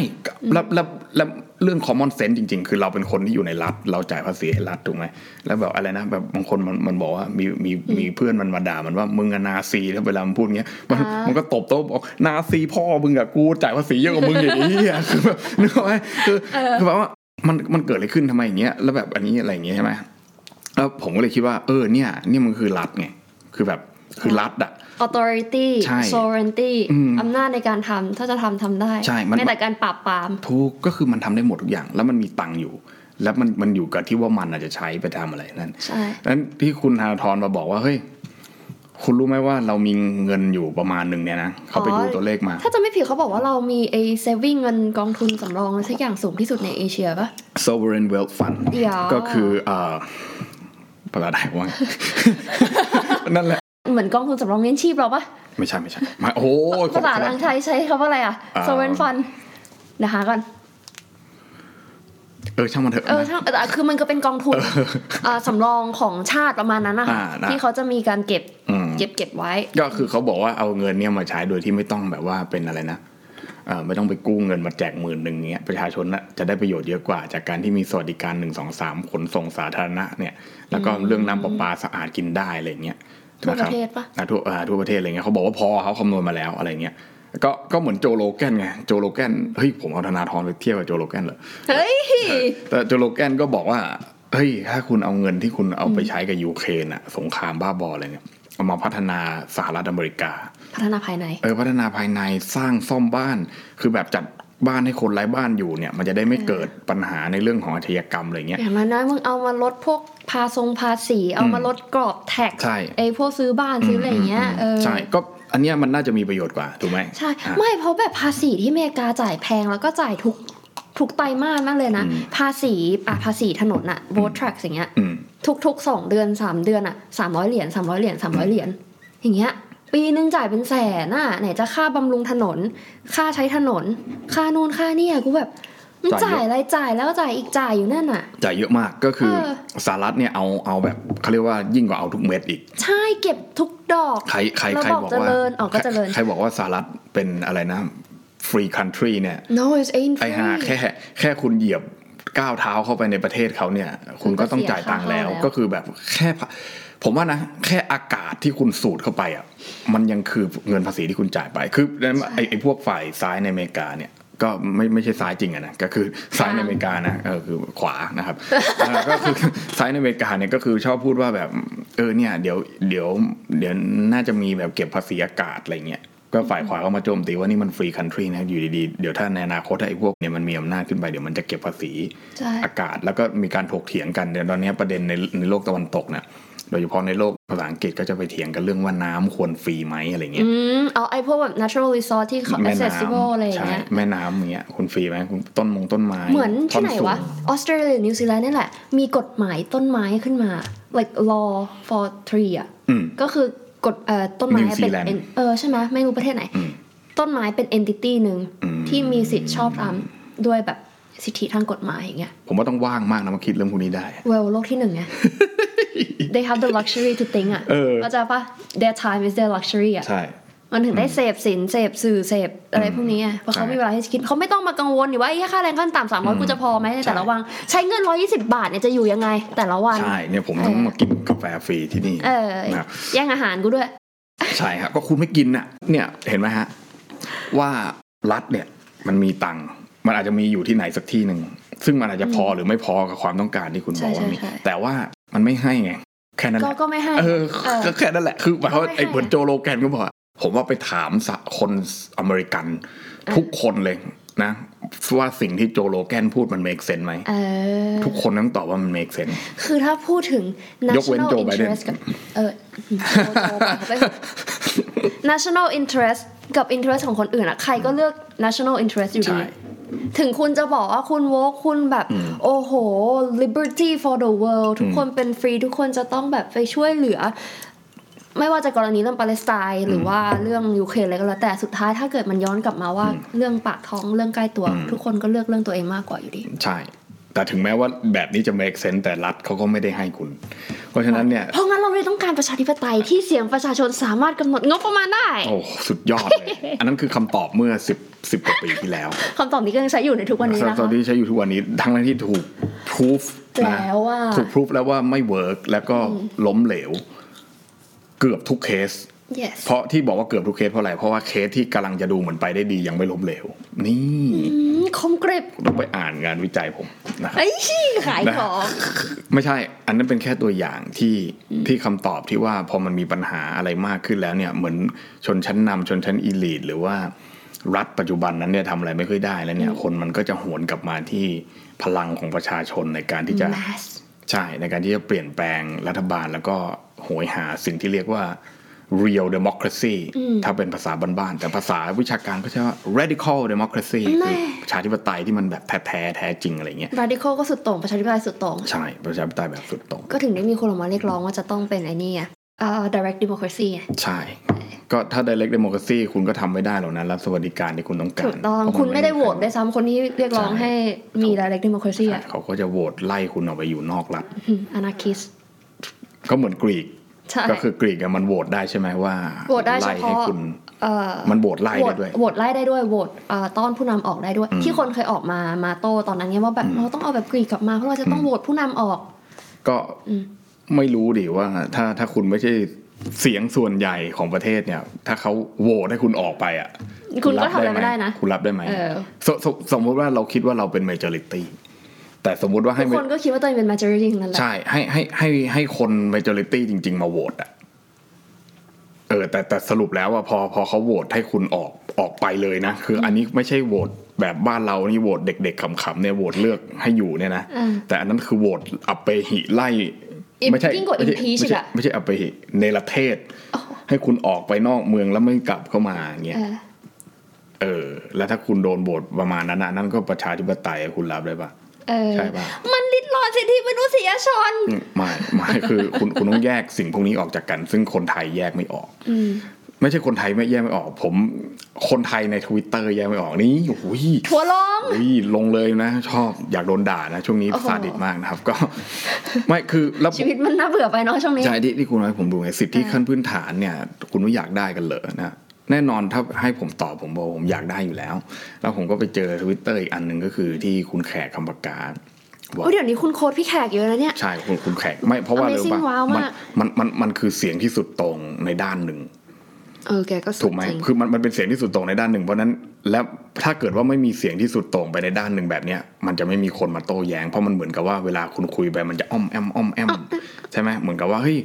Speaker 1: แล้วแล้วแล้วเรื่อง common sense จริง ๆ คือเราเป็นคนที่อยู่ในรัฐ เราจ่ายภาษีให้รัฐถูกไหมแล้วแบบอะไรนะแบบบางคนมันมันบอกว่ามีมีมีเพื่อนมันมาด่ามันว่ามึงอะนาซีแล้วเวลามันพูดอย่างเงี้ยมัน
Speaker 2: อ่ามั
Speaker 1: มันก็ตบโต๊ะบอกนาซีพ่อมึงกับกูจ่ายภาษีเยอะกว่ามึง
Speaker 2: <laughs>
Speaker 1: อย่างนี้ยคือแบบนึกออกไหมคือคือแบบว่ามันมันเกิดอะไรขึ้นทำไมอย่างเงี้ยแล้วแบบอันนี้อะไรอย่างเงี้ยใช่ไหมแล้วผมก็เลยคิดว่าเออเนี่ยเนี่ยมันคือรัฐไงคือแบบคือรัฐอะ
Speaker 2: authority
Speaker 1: ใช่
Speaker 2: sovereignty
Speaker 1: อืม
Speaker 2: อำนาจในการทำถ้าจะทำทำได้
Speaker 1: ใช่มัน
Speaker 2: แม้แต่การปราบปราม
Speaker 1: ถูกก็คือมันทำได้หมดทุกอย่าง แล้วมันมีตังค์อยู่ แล้วมันมันอยู่กับที่ว่ามันอาจจะใช้ไปทำอะไรนั่น
Speaker 2: ใช่
Speaker 1: นั้นที่คุณธนาธรมาบอกว่าเฮ้ยคุณรู้ไหมว่าเรามีเงินอยู่ประมาณหนึ่งเนี่ยนะเขาไป
Speaker 2: อ๋อ
Speaker 1: ดูตัวเลขมา
Speaker 2: ถ้าจะไม่ผิดเขาบอกว่าเรามีไอ้ saving เงินกองทุนสำรองอะไรสักอย่างสูงที่สุดในเอเชียปะ
Speaker 1: sovereign wealth fund
Speaker 2: เดี๋ยว
Speaker 1: ก็คือเอ่อประมาณไหน
Speaker 2: <laughs>
Speaker 1: วะ นั่นแหละ
Speaker 2: เหมือนกองทุนสำรองเลี้ยงชีพเราปะ
Speaker 1: ไม่ใช่ไม่ใช่ไม่โอ้โห
Speaker 2: ภาษา
Speaker 1: คนละ
Speaker 2: ทางไทยใช้คำว่าอะไรอะ
Speaker 1: อ่า
Speaker 2: sovereign fund นะคะก่อน
Speaker 1: เออช่างมันเถอะ
Speaker 2: เออ
Speaker 1: นะ
Speaker 2: ถ้าแต่คือมันก็เป็นกองทุ
Speaker 1: <laughs>
Speaker 2: นเอ่อสำรองของชาติประมาณนั้นนะคะ
Speaker 1: อ่านะ
Speaker 2: ที่เขาจะมีการเก็บ
Speaker 1: อืม
Speaker 2: เก็บเก็บไว้
Speaker 1: ก็คือเขาบอกว่าเอาเงินเนี่ยมาใช้โดยที่ไม่ต้องแบบว่าเป็นอะไรนะเอ่อไม่ต้องไปกู้เงินมาแจกหมื่นหนึ่งเงี้ยประชาชนน่ะจะได้ประโยชน์เยอะกว่า จากการที่มีสวัสดิการหนึ่งสองสามขนส่งสาธารณะเนี่ยแล้วก็เรื่องน้ำประปาสะอาดกินได้อะไรเงี้ย
Speaker 2: ทั่วน ป
Speaker 1: ค
Speaker 2: ระ
Speaker 1: บ
Speaker 2: เทศปะ
Speaker 1: อ่าทั่วอ่าทั่วประเทศอะไรเงี้ยเขาบอกว่าพอเขาคำนวณมาแล้วอะไรเงี้ยก็ก็เหมือนโจโลแกนไงโจโลแกนเฮ้ยผมเอาธนาธรไปเทียบกับโจโลแกนเหรอ
Speaker 2: เฮ้ย
Speaker 1: แต่โจโลแกนก็บอกว่า เฮ้ย ถ้าคุณเอาเงินที่คุณเอาไปใช้กับยูเครนอะสงครามบ้าบออะไรเนี่ย เอามาพัฒนาสหรัฐอเมริกา
Speaker 2: พัฒนาภายใน
Speaker 1: เออพัฒนาภายในสร้างซ่อมบ้าน คือแบบจัดบ้านให้คนไร้บ้านอยู่เนี่ย มันจะได้ไม่เกิดปัญหาในเรื่องของอาชญากรรมอะไรเงี้ย
Speaker 2: อย่างน้อยๆมึงเอามาลดพวกภาทรงภาษี เอามาลดกรอบแท็ก
Speaker 1: ใช่
Speaker 2: ไอ้พวกซื้อบ้านซื้ออะไรอย่างเงี้ยเออ
Speaker 1: ใช่ ก็อันเนี้ยมันน่าจะมีประโยชน์กว่า ถูกไหม
Speaker 2: ใช่
Speaker 1: อ่ะ
Speaker 2: ไม่เพราะแบบภาษีที่อเมริกาจ่ายแพงแล้วก็จ่ายทุกทุกไตรมาสมากเลยนะ
Speaker 1: อืม
Speaker 2: ภาษีอ่ะภาษีถนนอะโบทรัคอย่างเงี้ย
Speaker 1: อืม
Speaker 2: ทุกๆสองเดือนสามเดือนอะสามร้อยเหรียญสามร้อยเหรียญสามร้อยเหรียญอย่างเงี้ย ปีนึงจ่ายเป็นแสนอะไหนจะค่าบำรุงถนน ค่าใช้ถนน ค่านู่นค่านี่อะกูแบบมัน
Speaker 1: จ่า
Speaker 2: จ่าย
Speaker 1: เยอะ
Speaker 2: ยอะไรจ่ายแล้วจ่ายอีกจ่ายอยู่นั่นอะ
Speaker 1: จ่ายเยอะมาก ก็คือ
Speaker 2: เออ
Speaker 1: สหรัฐเนี่ยเอาเอาแบบเขาเรียกว่ายิ่งกว่าเอาทุกเม็ดอีก
Speaker 2: ใช่เก็บทุกดอก
Speaker 1: ใครใคร
Speaker 2: แล้ว
Speaker 1: ใคร
Speaker 2: บอก
Speaker 1: บอก
Speaker 2: เจ
Speaker 1: ว่า
Speaker 2: ริญอ๋อก็เจริญ
Speaker 1: ใครบอกว่าสหรัฐเป็นอะไรนะ free country เนี่ย
Speaker 2: no it ain't
Speaker 1: ไอ้
Speaker 2: free
Speaker 1: หาแค่แค่คุณเหยียบก้าวเท้าเข้าไปในประเทศเขาเนี่ย คุณก็ต้องจ่ายตังค์แล้ว
Speaker 2: เสียค่าเข้าแล้ว
Speaker 1: ก็คือแบบแค่พะผมว่านะ แค่อากาศที่คุณสูดเข้าไปอ่ะมันยังคือเงินภาษีที่คุณจ่ายไป คือไอ้ไอ้พวกฝ่ายซ้ายในอเมริกาเนี่ย ก็ไม่ไม่ใช่ซ้ายจริงอะนะก็คือซ้ายในอเมริกานะเออคือขวานะครับ <laughs> เออก็คือซ้ายในอเมริกาเนี่ยก็คือชอบพูดว่าแบบเออเนี่ยเดี๋ยวเดี๋ยวเดี๋ยวน่าจะมีแบบเก็บภาษีอากาศอะไรเงี้ย ก็ฝ่ายขวาก็มาโจมตีว่านี่มันฟรีคันทรีนะอยู่ดีๆ เดี๋ยวถ้าในอนาคตถ้าไอ้พวกเนี่ยมันมีอำนาจขึ้นไปเดี๋ยวมันจะเก็บภาษี
Speaker 2: ใช่
Speaker 1: อากาศ แล้วก็มีการถกเถียงกันเดี๋ยวตอนเนี้ยประเด็นในในโลกตะวันตกเนี่ยโดยเฉพาะในโลกภาษาอังกฤษก็จะไปเถียงกันเรื่องว่าน้ำควรฟรีไหมอะไรเงี้ย
Speaker 2: อืมเอาไอ้พวกแบบ natural resource ที่เขา
Speaker 1: แม่น้
Speaker 2: accessible อะไรอ
Speaker 1: ำ
Speaker 2: ย่าง
Speaker 1: ใช่
Speaker 2: เงี้ย
Speaker 1: แม่น้ำอย่างเงี้ยคุณฟรีไหมคุณต้นมงต้นไม้
Speaker 2: เหมือนที่ไหน
Speaker 1: ท่สูง
Speaker 2: วะออสเตรเลียนิวซีแลนด์นี่แหละ มีกฎหมายต้นไม้ขึ้นมา like law for tree อ่ะ
Speaker 1: อืม
Speaker 2: ก็คือกฎเอ่อต้นไม้
Speaker 1: นิวซี
Speaker 2: เป็น
Speaker 1: แลนด์
Speaker 2: เป็นเออใช่ไหมไม่รู้ประเทศไหน
Speaker 1: อืม
Speaker 2: ต้นไม้เป็น entity หนึ่ง
Speaker 1: อืม
Speaker 2: ที่มีสิทธิ์ชอบทำด้วยแบบสิทธิทางกฎหมายอย่างเงี้ย
Speaker 1: ผมว่าต้องว่างมากนะมาคิดเรื่องพวกนี้ได้ <laughs>
Speaker 2: เวลโลกที่หนึ่งไง they have the luxury to think อ่ะ
Speaker 1: เออ
Speaker 2: เข้าใจปะ their time is their luxury อ่ะ
Speaker 1: ใช่
Speaker 2: มันถึงได้เสพสินเสพสื่อเสพอะไรพวกนี้ไงเพราะเขา
Speaker 1: ใช่
Speaker 2: มีเวลาให้คิดเขาไม่ต้องมากังวลอยู่ว่าไอ้ค่าแรงขั้นต่ำสามร้อยกูจะพอไหมในแต่ละ
Speaker 1: ใช่
Speaker 2: วันใช้เงินร้อยี่สิบาทเนี่ยจะอยู่ยังไง แต่ละวัน
Speaker 1: ใช่เนี่ยผมต้องมากินกาแฟฟรีที่นี่
Speaker 2: เออ
Speaker 1: นะครับ
Speaker 2: แย่งอาหารกูด้วย
Speaker 1: ใช่ครับก็คุณไม่กินน่ะ เนี่ยเห็นไหมฮะว่ารัฐเนี่ยมันมีตังค์มันอาจจะมีอยู่ที่ไหนสักที่หนึ่งซึ่งมันอาจจะพอหรือไม่พอกับความต้องการที่คุณบอกว่ามี
Speaker 2: ใช่ใช่ใช่
Speaker 1: แต่ว่ามันไม่ให้ไงแค่นั้นแห
Speaker 2: ก็
Speaker 1: ละ
Speaker 2: ก็ไม่ให้
Speaker 1: เออก็แค่นั้นแหละคือหมายความว่า
Speaker 2: ก็ไม่ให้
Speaker 1: ไอ้เหมือนโจโลแกนก็บอกอะผมว่าไปถามสะคนอเมริกัน
Speaker 2: อ่ะ
Speaker 1: ทุกคนเลยนะ ว่าสิ่งที่โจโลแกนพูดมัน make sense ไหม
Speaker 2: เออ
Speaker 1: ทุกคนต้องตอบว่ามัน make
Speaker 2: <laughs>
Speaker 1: sense
Speaker 2: คือถ้าพูดถึง
Speaker 1: ยกเว้น
Speaker 2: national
Speaker 1: โจไบเดน
Speaker 2: interest กับเออโจโจไปเขาไป <laughs> national interest กับ interest ของคนอื่นอะใครก็เลือก national interest อยู่
Speaker 1: ใช่
Speaker 2: ดี ถึงคุณจะบอกว่าคุณโวกคุณแบบ โอ้โห liberty for the world ทุกคนเป็นฟรี ทุกคนจะต้องแบบไปช่วยเหลือ ไม่ว่าจะกรณีเรื่องปาเลสไตน์หรือว่าเรื่องยูเครนอะไรก็แล้วแต่สุดท้ายถ้าเกิดมันย้อนกลับมาว่าเรื่องปากท้องเรื่องใกล้ตัว ทุกคนก็เลือกเรื่องตัวเองมากกว่าอยู่ดี
Speaker 1: ใช่ แต่ถึงแม้ว่าแบบนี้จะ make sense แต่รัฐเขาก็ไม่ได้ให้คุณ เพราะฉะนั้นเนี่ย
Speaker 2: เพราะงั้นเราเลยต้องการประชาธิปไตยที่เสียงประชาชนสามารถกำหนดงบประมาณได้
Speaker 1: โอ้สุดยอดเลย อันนั้นคือคำตอบเมื่อ 10 10กว่าปีที่แล้ว
Speaker 2: คำตอบนี้ก็ยังใช้อยู่ในทุกวันนี้นะ
Speaker 1: ตอ
Speaker 2: คะ
Speaker 1: นที่ใช้อยู่ทุกวันนี้ทั้งที่ถูกพูฟนะ
Speaker 2: แล้วว่า
Speaker 1: ถูกพูฟแล้วว่าไม่เวิร์กแล้วก็ล้มเหลว เกือบทุกเคส
Speaker 2: yes
Speaker 1: เพราะที่บอกว่าเกือบทุกเคสเพราะอะไร เพราะว่าเคสที่กำลังจะดูเหมือนไปได้ดียังไม่ล้มเหลว นี่
Speaker 2: อืมคมกริบ
Speaker 1: ต้องไปอ่านงานวิจัยผมนะครับ
Speaker 2: ไอ้ยชี้ขายของ
Speaker 1: ไม่ใช่ อันนั้นเป็นแค่ตัวอย่างที่ที่คำตอบที่ว่าพอมันมีปัญหาอะไรมากขึ้นแล้วเนี่ยเหมือนชนชั้นนำชนชั้นอีลีทหรือว่ารัฐปัจจุบันนั้นเนี่ยทำอะไรไม่ค่อยได้แล้วเนี่ยคนมันก็จะหวนกลับมาที่พลังของประชาชนในการที่จะ
Speaker 2: แมส
Speaker 1: ใช่ ในการที่จะเปลี่ยนแปลงรัฐบาลแล้วก็โหยหาสิ่งที่เรียกว่า real democracy
Speaker 2: อืม
Speaker 1: ถ้าเป็นภาษาบ้านๆแต่ภาษาวิชาการก็ใช้ว่า radical democracy
Speaker 2: แน่
Speaker 1: คือประชาธิปไตยที่มันแบบแท้แท้ๆแท้จริงอะไรเงี้ย
Speaker 2: radical ก็สุดโต่งประชาธิปไตยสุดโต่ง
Speaker 1: ใช่ ประชาธิปไตยแบบสุดโต่ง
Speaker 2: ก็ถึงได้มีคนออกมาเรียกร้องว่าจะต้องเป็นไอ้นี่ไงเอ่อ direct democracy ไง
Speaker 1: ใช่ ก็ถ้า direct democracy คุณก็ทำไม่ได้หรอกนะรับสวัสดิการที่คุณต้องการ
Speaker 2: ถูกต้อง
Speaker 1: เพราะน
Speaker 2: คุณไม่ได้โหวต
Speaker 1: ใคร
Speaker 2: ด้วยซ้ำคนที่เรียกร้อง
Speaker 1: ใช่
Speaker 2: ให้มี direct democracy อ่ะ
Speaker 1: เขาก็จะโหวตไล่คุณออกไปอยู่นอกรัฐ
Speaker 2: อนาคิส
Speaker 1: ก็เหมือนกรีก
Speaker 2: ใช่
Speaker 1: ก็คือกรีกอะมันโหวตได้ใช่ไหมว่า
Speaker 2: โหวตได้เฉ
Speaker 1: ไล่ให้
Speaker 2: พาะ
Speaker 1: คุณ
Speaker 2: เอ่อ
Speaker 1: มันโหวตไล่
Speaker 2: โหว
Speaker 1: ได้
Speaker 2: ต
Speaker 1: ด้วย
Speaker 2: โหวตไล่ได้ด้วยโหวตเอ่อต้อนผู้นำออกได้ด้วย
Speaker 1: อืม
Speaker 2: ที่คนเคยออกมามาโต้ตอนนั้นไงว่าแบบ
Speaker 1: อืม
Speaker 2: เราต้องเอาแบบกรีกกลับมาเพราะเราจะต้องโหวตผู้นำออก
Speaker 1: ก็
Speaker 2: อืม
Speaker 1: ไม่รู้ดิว่าถ้าถ้าคุณไม่ใช่เสียงส่วนใหญ่ของประเทศเนี่ย ถ้าเขาโหวตให้คุณออกไปอ่ะ
Speaker 2: คุณก็
Speaker 1: บ
Speaker 2: ทำอะไรไม่ได้นะ
Speaker 1: คุณรับได้ไหม
Speaker 2: เออ
Speaker 1: สสสมมติว่าเราคิดว่าเราเป็น majority แต่สมมติว่า
Speaker 2: ทุ
Speaker 1: ให้
Speaker 2: กคนก็คิดว่าตัวเองเป็น majority ทั้งนั้นแหละ
Speaker 1: ใช่ให้ให้ให้ให้คน majority จริง ๆ มาโหวตอ่ะเออแต่แต่สรุปแล้วว่าพอพอเขาโหวตให้คุณออกออกไปเลยนะ คืออันนี้ไม่ใช่โหวตแบบบ้านเรานี่โหวตเด็ก ๆขำๆเนี่ยโหวตเลือกให้อยู่เนี่ยนะ
Speaker 2: อ่า
Speaker 1: แต่อันนั้นคือโหวตอัปเปหิไล่
Speaker 2: อิ่ม
Speaker 1: ไม่ใช่
Speaker 2: ยิ่งกว่า
Speaker 1: ไม่ใช่
Speaker 2: impeach
Speaker 1: ไม่ใช่
Speaker 2: อีกอะ
Speaker 1: ไม่ใช่อัปเปหิเนรเทศ ให้คุณออกไปนอกเมืองแล้วไม่กลับเข้ามาอย่างเงี้ย
Speaker 2: เออ
Speaker 1: เออ แล้วถ้าคุณโดนโหวตประมาณนั้นนะนั่นก็ประชาธิปไตยอะคุณรับได้ปะ
Speaker 2: เออ
Speaker 1: ใช่ปะ
Speaker 2: มันลิดรอนสิทธิมนุษยชน
Speaker 1: อืมไม่ไม่ <laughs> คือคุณคุณต้องแยกสิ่งพวกนี้ออกจากกัน ซึ่งคนไทยแยกไม่ออก
Speaker 2: อืม
Speaker 1: ไม่ใช่คนไทยไม่แยกไม่ออก ผมคนไทยในทวิตเตอร์แยกไม่ออกนี่โอ้โห
Speaker 2: ถั่วร้อง
Speaker 1: อุ้ยลงเลยนะ ชอบอยากโดนด่านะ ช่วงนี้
Speaker 2: โอ้โห
Speaker 1: ซาดิสมากนะครับ ก็ ไม่คือแล้วผม
Speaker 2: ชีวิตมันน่าเบื่อไปเนาะช่วงนี้
Speaker 1: ใช่ที่ที่คุณให้ผมดูไงสิทธิขั้นพื้นฐานเนี่ย คุณไม่อยากได้กันเหรอนะแน่นอนถ้าให้ผมตอบผมบอกผมอยากได้อยู่แล้ว แล้วผมก็ไปเจอทวิตเตอร์อีกอันหนึ่งก็คือที่คุณแขกคำปากกาบอก
Speaker 2: โอ้ยเดี๋ยวนี้คุณโค้ดพี่แขกเยอะนะเนี่ย
Speaker 1: ใช่คุณคุณแขกไม่เพราะว่า
Speaker 2: Amazing
Speaker 1: ปะ
Speaker 2: ว้าว
Speaker 1: มั
Speaker 2: มาก
Speaker 1: มันมันมันคือเสียงที่สุดตรงในด้านหนึ่ง
Speaker 2: เออแกก็สุ
Speaker 1: ถู
Speaker 2: ด
Speaker 1: กไหม
Speaker 2: จริง
Speaker 1: คือมันมันเป็นเสียงที่สุดโต่งในด้านหนึ่ง เพราะฉะนั้นแล้วถ้าเกิดว่าไม่มีเสียงที่สุดโต่งไปในด้านหนึ่งแบบเนี้ยมันจะไม่มีคนมาโต้แย้ง เพราะมันเหมือนกับว่าเวลาคุณคุยไปมันจะอ้อมแอมอ้อมแอมใช่ไหมเหมือนกับว่าเฮ้ย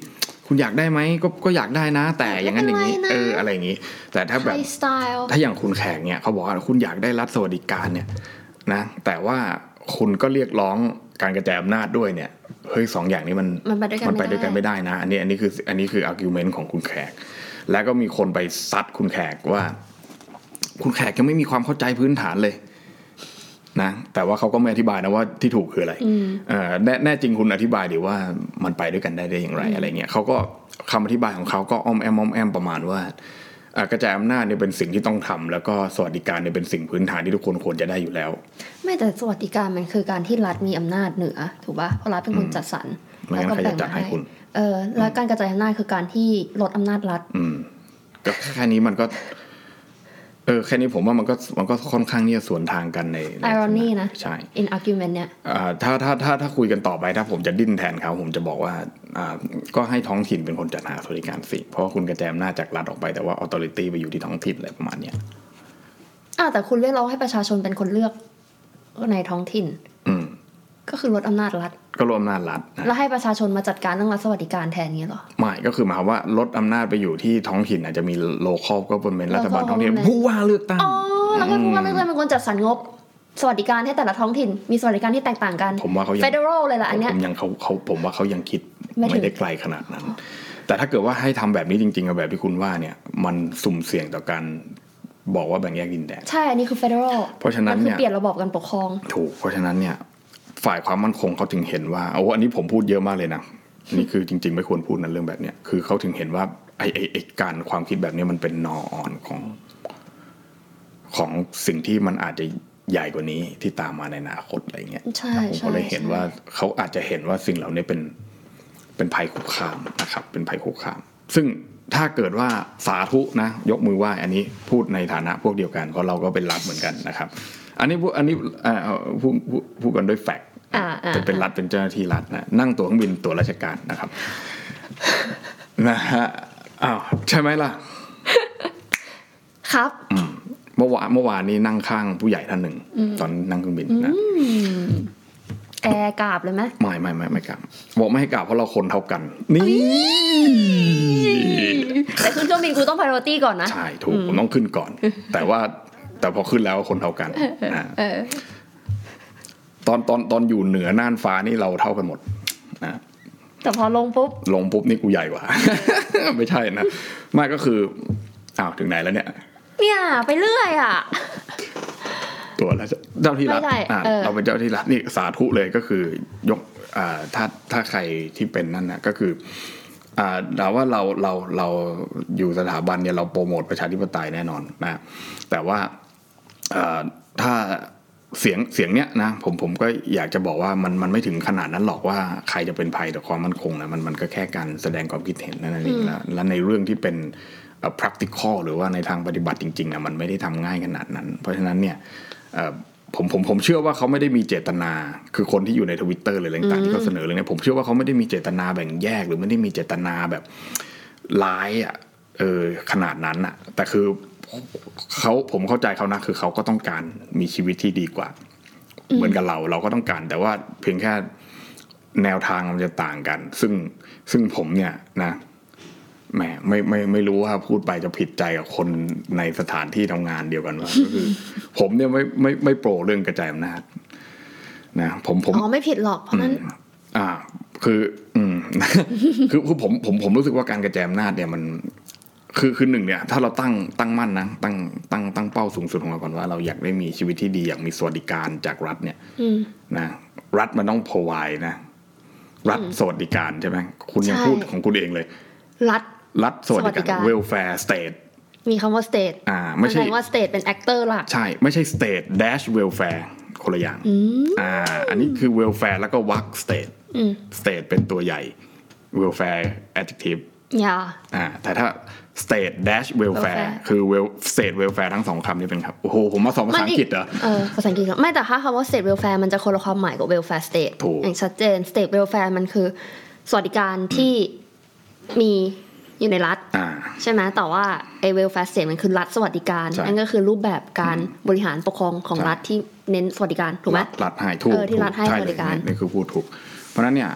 Speaker 1: คุณอยากได้ไหมก็ก็อยากได้นะ แต่อย่างนั้นอย่างนี้
Speaker 2: ไม่เป็นไรนะ
Speaker 1: เอออะไรอย่างนี้ แต่ถ้า
Speaker 2: ไท
Speaker 1: แบบ
Speaker 2: ยสไตล์
Speaker 1: ถ้าอย่างคุณแขกเนี่ยเขาบอกว่าคุณอยากได้รัฐสวัสดิการเนี่ยนะแต่ว่าคุณก็เรียกร้องการกระจายอำนาจด้วยเนี่ยเฮ้ยสองอย่างนี้มัน
Speaker 2: มันไปด้วยกัน
Speaker 1: มันไป
Speaker 2: ไม่ได้
Speaker 1: ด้วยกันไม่ได้นะ อันนี้อันนี้คืออันนี้คืออาร์กิวเมนต์ของคุณแขก แล้วก็มีคนไปซัดคุณแขกว่า คุณแขกยังไม่มีความเข้าใจพื้นฐานเลย นะ แต่ว่าเขาก็ไม่อธิบายนะว่าที่ถูกคืออะไร
Speaker 2: อืม
Speaker 1: เอ่อแน่แน่จริงคุณอธิบายดีว่ามันไปด้วยกันได้ได้อย่างไรอะไรเงี้ยเขาก็คำอธิบายของเขาก็อ้อมแอมอ้อมแอมประมาณว่าเอ่อกระจายอำนาจเนี่ยเป็นสิ่งที่ต้องทำแล้วก็สวัสดิการเนี่ยเป็นสิ่งพื้นฐานที่ทุกคนควรจะได้อยู่แล้ว
Speaker 2: ไม่แต่สวัสดิการมันคือการที่รัฐมีอำนาจเหนือ ถูกปะเพราะรัฐเป็นคนจัดสรร
Speaker 1: ไม่งั้นใครจะจัดให้คุณ
Speaker 2: เออแล้วการกระจายอำนาจคือการที่ลดอำนาจรัฐ
Speaker 1: อืมก็แค่นี้มันก็ เออ แค่นี้ผมว่ามันก็มันก็ค่อนข้างที่จะสวนทางกันในใ
Speaker 2: Irony นะ
Speaker 1: ใช่
Speaker 2: in argument เนี่ย
Speaker 1: อ่าถ้าถ้าถ้าถ้าคุยกันต่อไปถ้าผมจะดิ้นแทนเขาผมจะบอกว่าอ่าก็ให้ท้องถิ่นเป็นคนจัดหาสวัสดิการสิเพราะว่าคุณกระจายอำนาจจากรัฐออกไปแต่ว่าออโต r ร t y ไปอยู่ที่ท้องถิ่นอะไรประมาณเนี้ย
Speaker 2: อ่าแต่คุณเรียกร้องให้ประชาชนเป็นคนเลือกในท้องถิ่น
Speaker 1: อืม
Speaker 2: ก็คือลดอำนาจรัฐ
Speaker 1: ก็รวมอำนาจรัฐนะ
Speaker 2: แล้วให้ประชาชนมาจัดการเรื่องรัฐสวัสดิการแทนเงี้ยเหรอ
Speaker 1: ไม่ก็คือหมายความว่าลดอำนาจไปอยู่ที่ท้องถิ่นอาจจะมีโลคอลก็เป็นรัฐบาลท้องถิ่น
Speaker 2: Local government
Speaker 1: ผู้ว่าเลือกตั้ง
Speaker 2: อ๋อแล้วให้ผู้ว่าเลือกตั้งเป็นคนจัดสรรงบ สวัสดิการให้แต่ละท้องถิ่น มีสวัสดิการที่แตกต่างกัน
Speaker 1: ผมว่าเขายัง
Speaker 2: federal เลยล่ะอันเนี้ย
Speaker 1: ผมยังเขาเขาผมว่าเขายังคิด
Speaker 2: ไม่ถึง
Speaker 1: ไม่ได้ไกลขนาดนั้น แต่ถ้าเกิดว่าให้ทำแบบนี้จริงๆกับแบบที่คุณว่าเนี่ย มันสุ่มเสี่ยงต่อการบอกว่าแบ่งแยกดินแดน
Speaker 2: ใช่ อันนี้คือ federal
Speaker 1: เพราะฉะนั้น
Speaker 2: มัคือ
Speaker 1: เนี่ย
Speaker 2: เปลี่ยนระบอบการปกครอง
Speaker 1: ถูกเพราะฉะนั้นเนี่ย ฝ่ายความมั่นคงเขาถึงเห็นว่าโอ้อันนี้ผมพูดเยอะมากเลยนะนี่คือจริง ๆ ไม่ควรพูดนะเรื่องแบบเนี้ยคือเขาถึงเห็นว่าไอ้ไอ้ไอ้การความคิดแบบเนี้ยมันเป็นนออ่อนของ ของสิ่งที่มันอาจจะใหญ่กว่านี้ที่ตามมาในอนาคตอะไรเงี้ย
Speaker 2: ใช่
Speaker 1: ครับผม
Speaker 2: ใช่
Speaker 1: ก็เลยเห็น
Speaker 2: ใช่
Speaker 1: ว่าเขาอาจจะเห็นว่าสิ่งเหล่านี้เป็นเป็นภัยคุกคามนะครับ เป็นภัยคุกคาม ซึ่งถ้าเกิดว่าสาธุนะ ยกมือไหว้อันนี้พูดในฐานะพวกเดียวกันเพราะเราก็เป็นรัฐเหมือนกันนะครับ อันนี้พูดอันนี้อ่าเอาพูดพูดพูดกันด้วยแฟกต์
Speaker 2: อ่าอ่า
Speaker 1: เป็นรัฐเป็นเจ้าหน้าที่รัฐนะนั่งตั๋วเครื่องบินตั๋วราชการนะครับ นะฮะอ้าวใช่ไหมล่ะ
Speaker 2: ครับ
Speaker 1: เมื่อวานเมื่อวานนี้นั่งข้างผู้ใหญ่ท่านหนึ่ง ตอนนั่งเครื่องบินนะ
Speaker 2: แอร์กราบเลยไหม
Speaker 1: ไม่ไม่ไม่ไม่กลับบอกไม่ให้กลับเพราะเราคนเท่ากัน นี่
Speaker 2: แต่ขึ้นเครื่องบินกูต้อง priority ก่อนนะ
Speaker 1: ใช่ถูกผมต้องขึ้น
Speaker 2: <laughs>
Speaker 1: ก่อน แต่ว่าแต่พอขึ้นแล้วคนเท่ากันนะตอนตอนตอนอยู่เหนือน่านฟ้านี่เราเท่ากันหมดนะ
Speaker 2: แต่พอลงปุ๊บ
Speaker 1: ลงปุ๊บนี่กูใหญ่กว่า <laughs> ไม่ใช่นะไม่ก็คืออ้าวถึงไหนแล้วเนี่ย
Speaker 2: เนี่ย ไปเรื่อยอ่ะ
Speaker 1: ตัวแล้วเจ้าที่รัฐ
Speaker 2: ไม่ใช่
Speaker 1: อ่ะ
Speaker 2: เออ
Speaker 1: เราเป็นเจ้าที่รัฐนี่สาธุเลยก็คือยกอ่าถ้าถ้าใครที่เป็นนั่นนะก็คืออ่าเราว่าเราเราเราอยู่สถาบันเนี่ยเราโปรโมทประชาธิปไตยแน่นอนนะแต่ว่าอ่าถ้าเสียงเสียงเนี้ยนะผมผมก็อยากจะบอกว่ามันมันไม่ถึงขนาดนั้นหรอกว่าใครจะเป็นภัยต่อความมั่นคงนะมันมันก็แค่การแสดงความคิดเห็นนั่นเองแล้วแล้วในเรื่องที่เป็นเอ่อ practical หรือว่าในทางปฏิบัติจริงๆนะมันไม่ได้ทำง่ายขนาดนั้น เพราะฉะนั้นเนี่ย เอ่อผมผมผมเชื่อว่าเขาไม่ได้มีเจตนา คือคนที่อยู่ในทวิตเตอร์หรืออะไรต่างๆที่เขาเสนอเรื่องเนี้ยผมเชื่อว่าเขาไม่ได้มีเจตนาแบ่งแยก หรือไม่ได้มีเจตนาแบบร้ายอ่ะเออขนาดนั้นอ่ะ แต่คือเขาผมเข้าใจเขานะคือเขาก็ต้องการมีชีวิตที่ดีกว่า เหมือนกับเราเราก็ต้องการ แต่ว่าเพียงแค่แนวทางมันจะต่างกัน ซึ่งซึ่งผมเนี่ยนะแหมไม่ไม่ไม่รู้ว่าพูดไปจะผิดใจกับคนในสถานที่ทำงานเดียวกันว่าก็คือ ผมเนี่ยไม่ไม่ไม่โปรเรื่องกระจายอำนาจนะผมผม
Speaker 2: อ๋อ ไม่ผิดหรอก เพราะนั้น
Speaker 1: อ่า คืออืม <laughs> คือคือผมผมผมรู้สึกว่าการกระจายอำนาจเนี่ยมัน คือคือหนึ่งเนี่ย ถ้าเราตั้งตั้งมั่นนะตั้งตั้งตั้งเป้าสูงสุดของเราก่อนว่าเราอยากได้มีชีวิตที่ดีอยากมีสวัสดิการจากรัฐเนี่ย
Speaker 2: อืม
Speaker 1: นะรัฐมันต้อง provide นะ รัฐสวัสดิการใช่ไหมคุณยัง
Speaker 2: ใช่
Speaker 1: พูดของคุณเองเลย
Speaker 2: รัฐ
Speaker 1: รัฐสวัสดิ
Speaker 2: สวัสดิ
Speaker 1: กา
Speaker 2: การ ร
Speaker 1: welfare state
Speaker 2: มีคำว่า state
Speaker 1: อ่า ไม่
Speaker 2: แส
Speaker 1: ใช่
Speaker 2: ดงว่า state เป็น actor หลัก
Speaker 1: ใช่ ไม่ใช่ state dash welfare คนละอย่างอ่า อันนี้คือ welfare แล้วก็ work state
Speaker 2: อืม
Speaker 1: state เป็นตัวใหญ่ welfare adjective
Speaker 2: อย่า
Speaker 1: อ่าแต่ถ้า state dash welfare
Speaker 2: welfare
Speaker 1: คือ well state welfare ทั้งสองคำนี้เป็นครับ โอ้โห ผมมาสอนภาษาอังกฤษเหรอ
Speaker 2: เออภาษาอังกฤษเหรอไม่แต่ถ้าคำว่า state welfare มันจะคนละความหมายกับ welfare state
Speaker 1: ถูก
Speaker 2: อย่างชัดเจน state welfare มันคือ สวัสดิการที่มีอยู่ในรัฐ
Speaker 1: อ่า
Speaker 2: ใช่ไหมแต่ว่าไอ้ welfare state มันคือรัฐสวัสดิการ
Speaker 1: ใช่
Speaker 2: นั่นก็คือรูปแบบการบริหารปกครองของ
Speaker 1: ใช่
Speaker 2: รัฐที่เน้นสวัสดิการถูกไหม
Speaker 1: รัฐรัฐให้ถูก
Speaker 2: เออที่รัฐให้
Speaker 1: ช่
Speaker 2: บริการ
Speaker 1: เลยนี่นี่คือพูดถูก เพราะฉะนั้นเนี่ย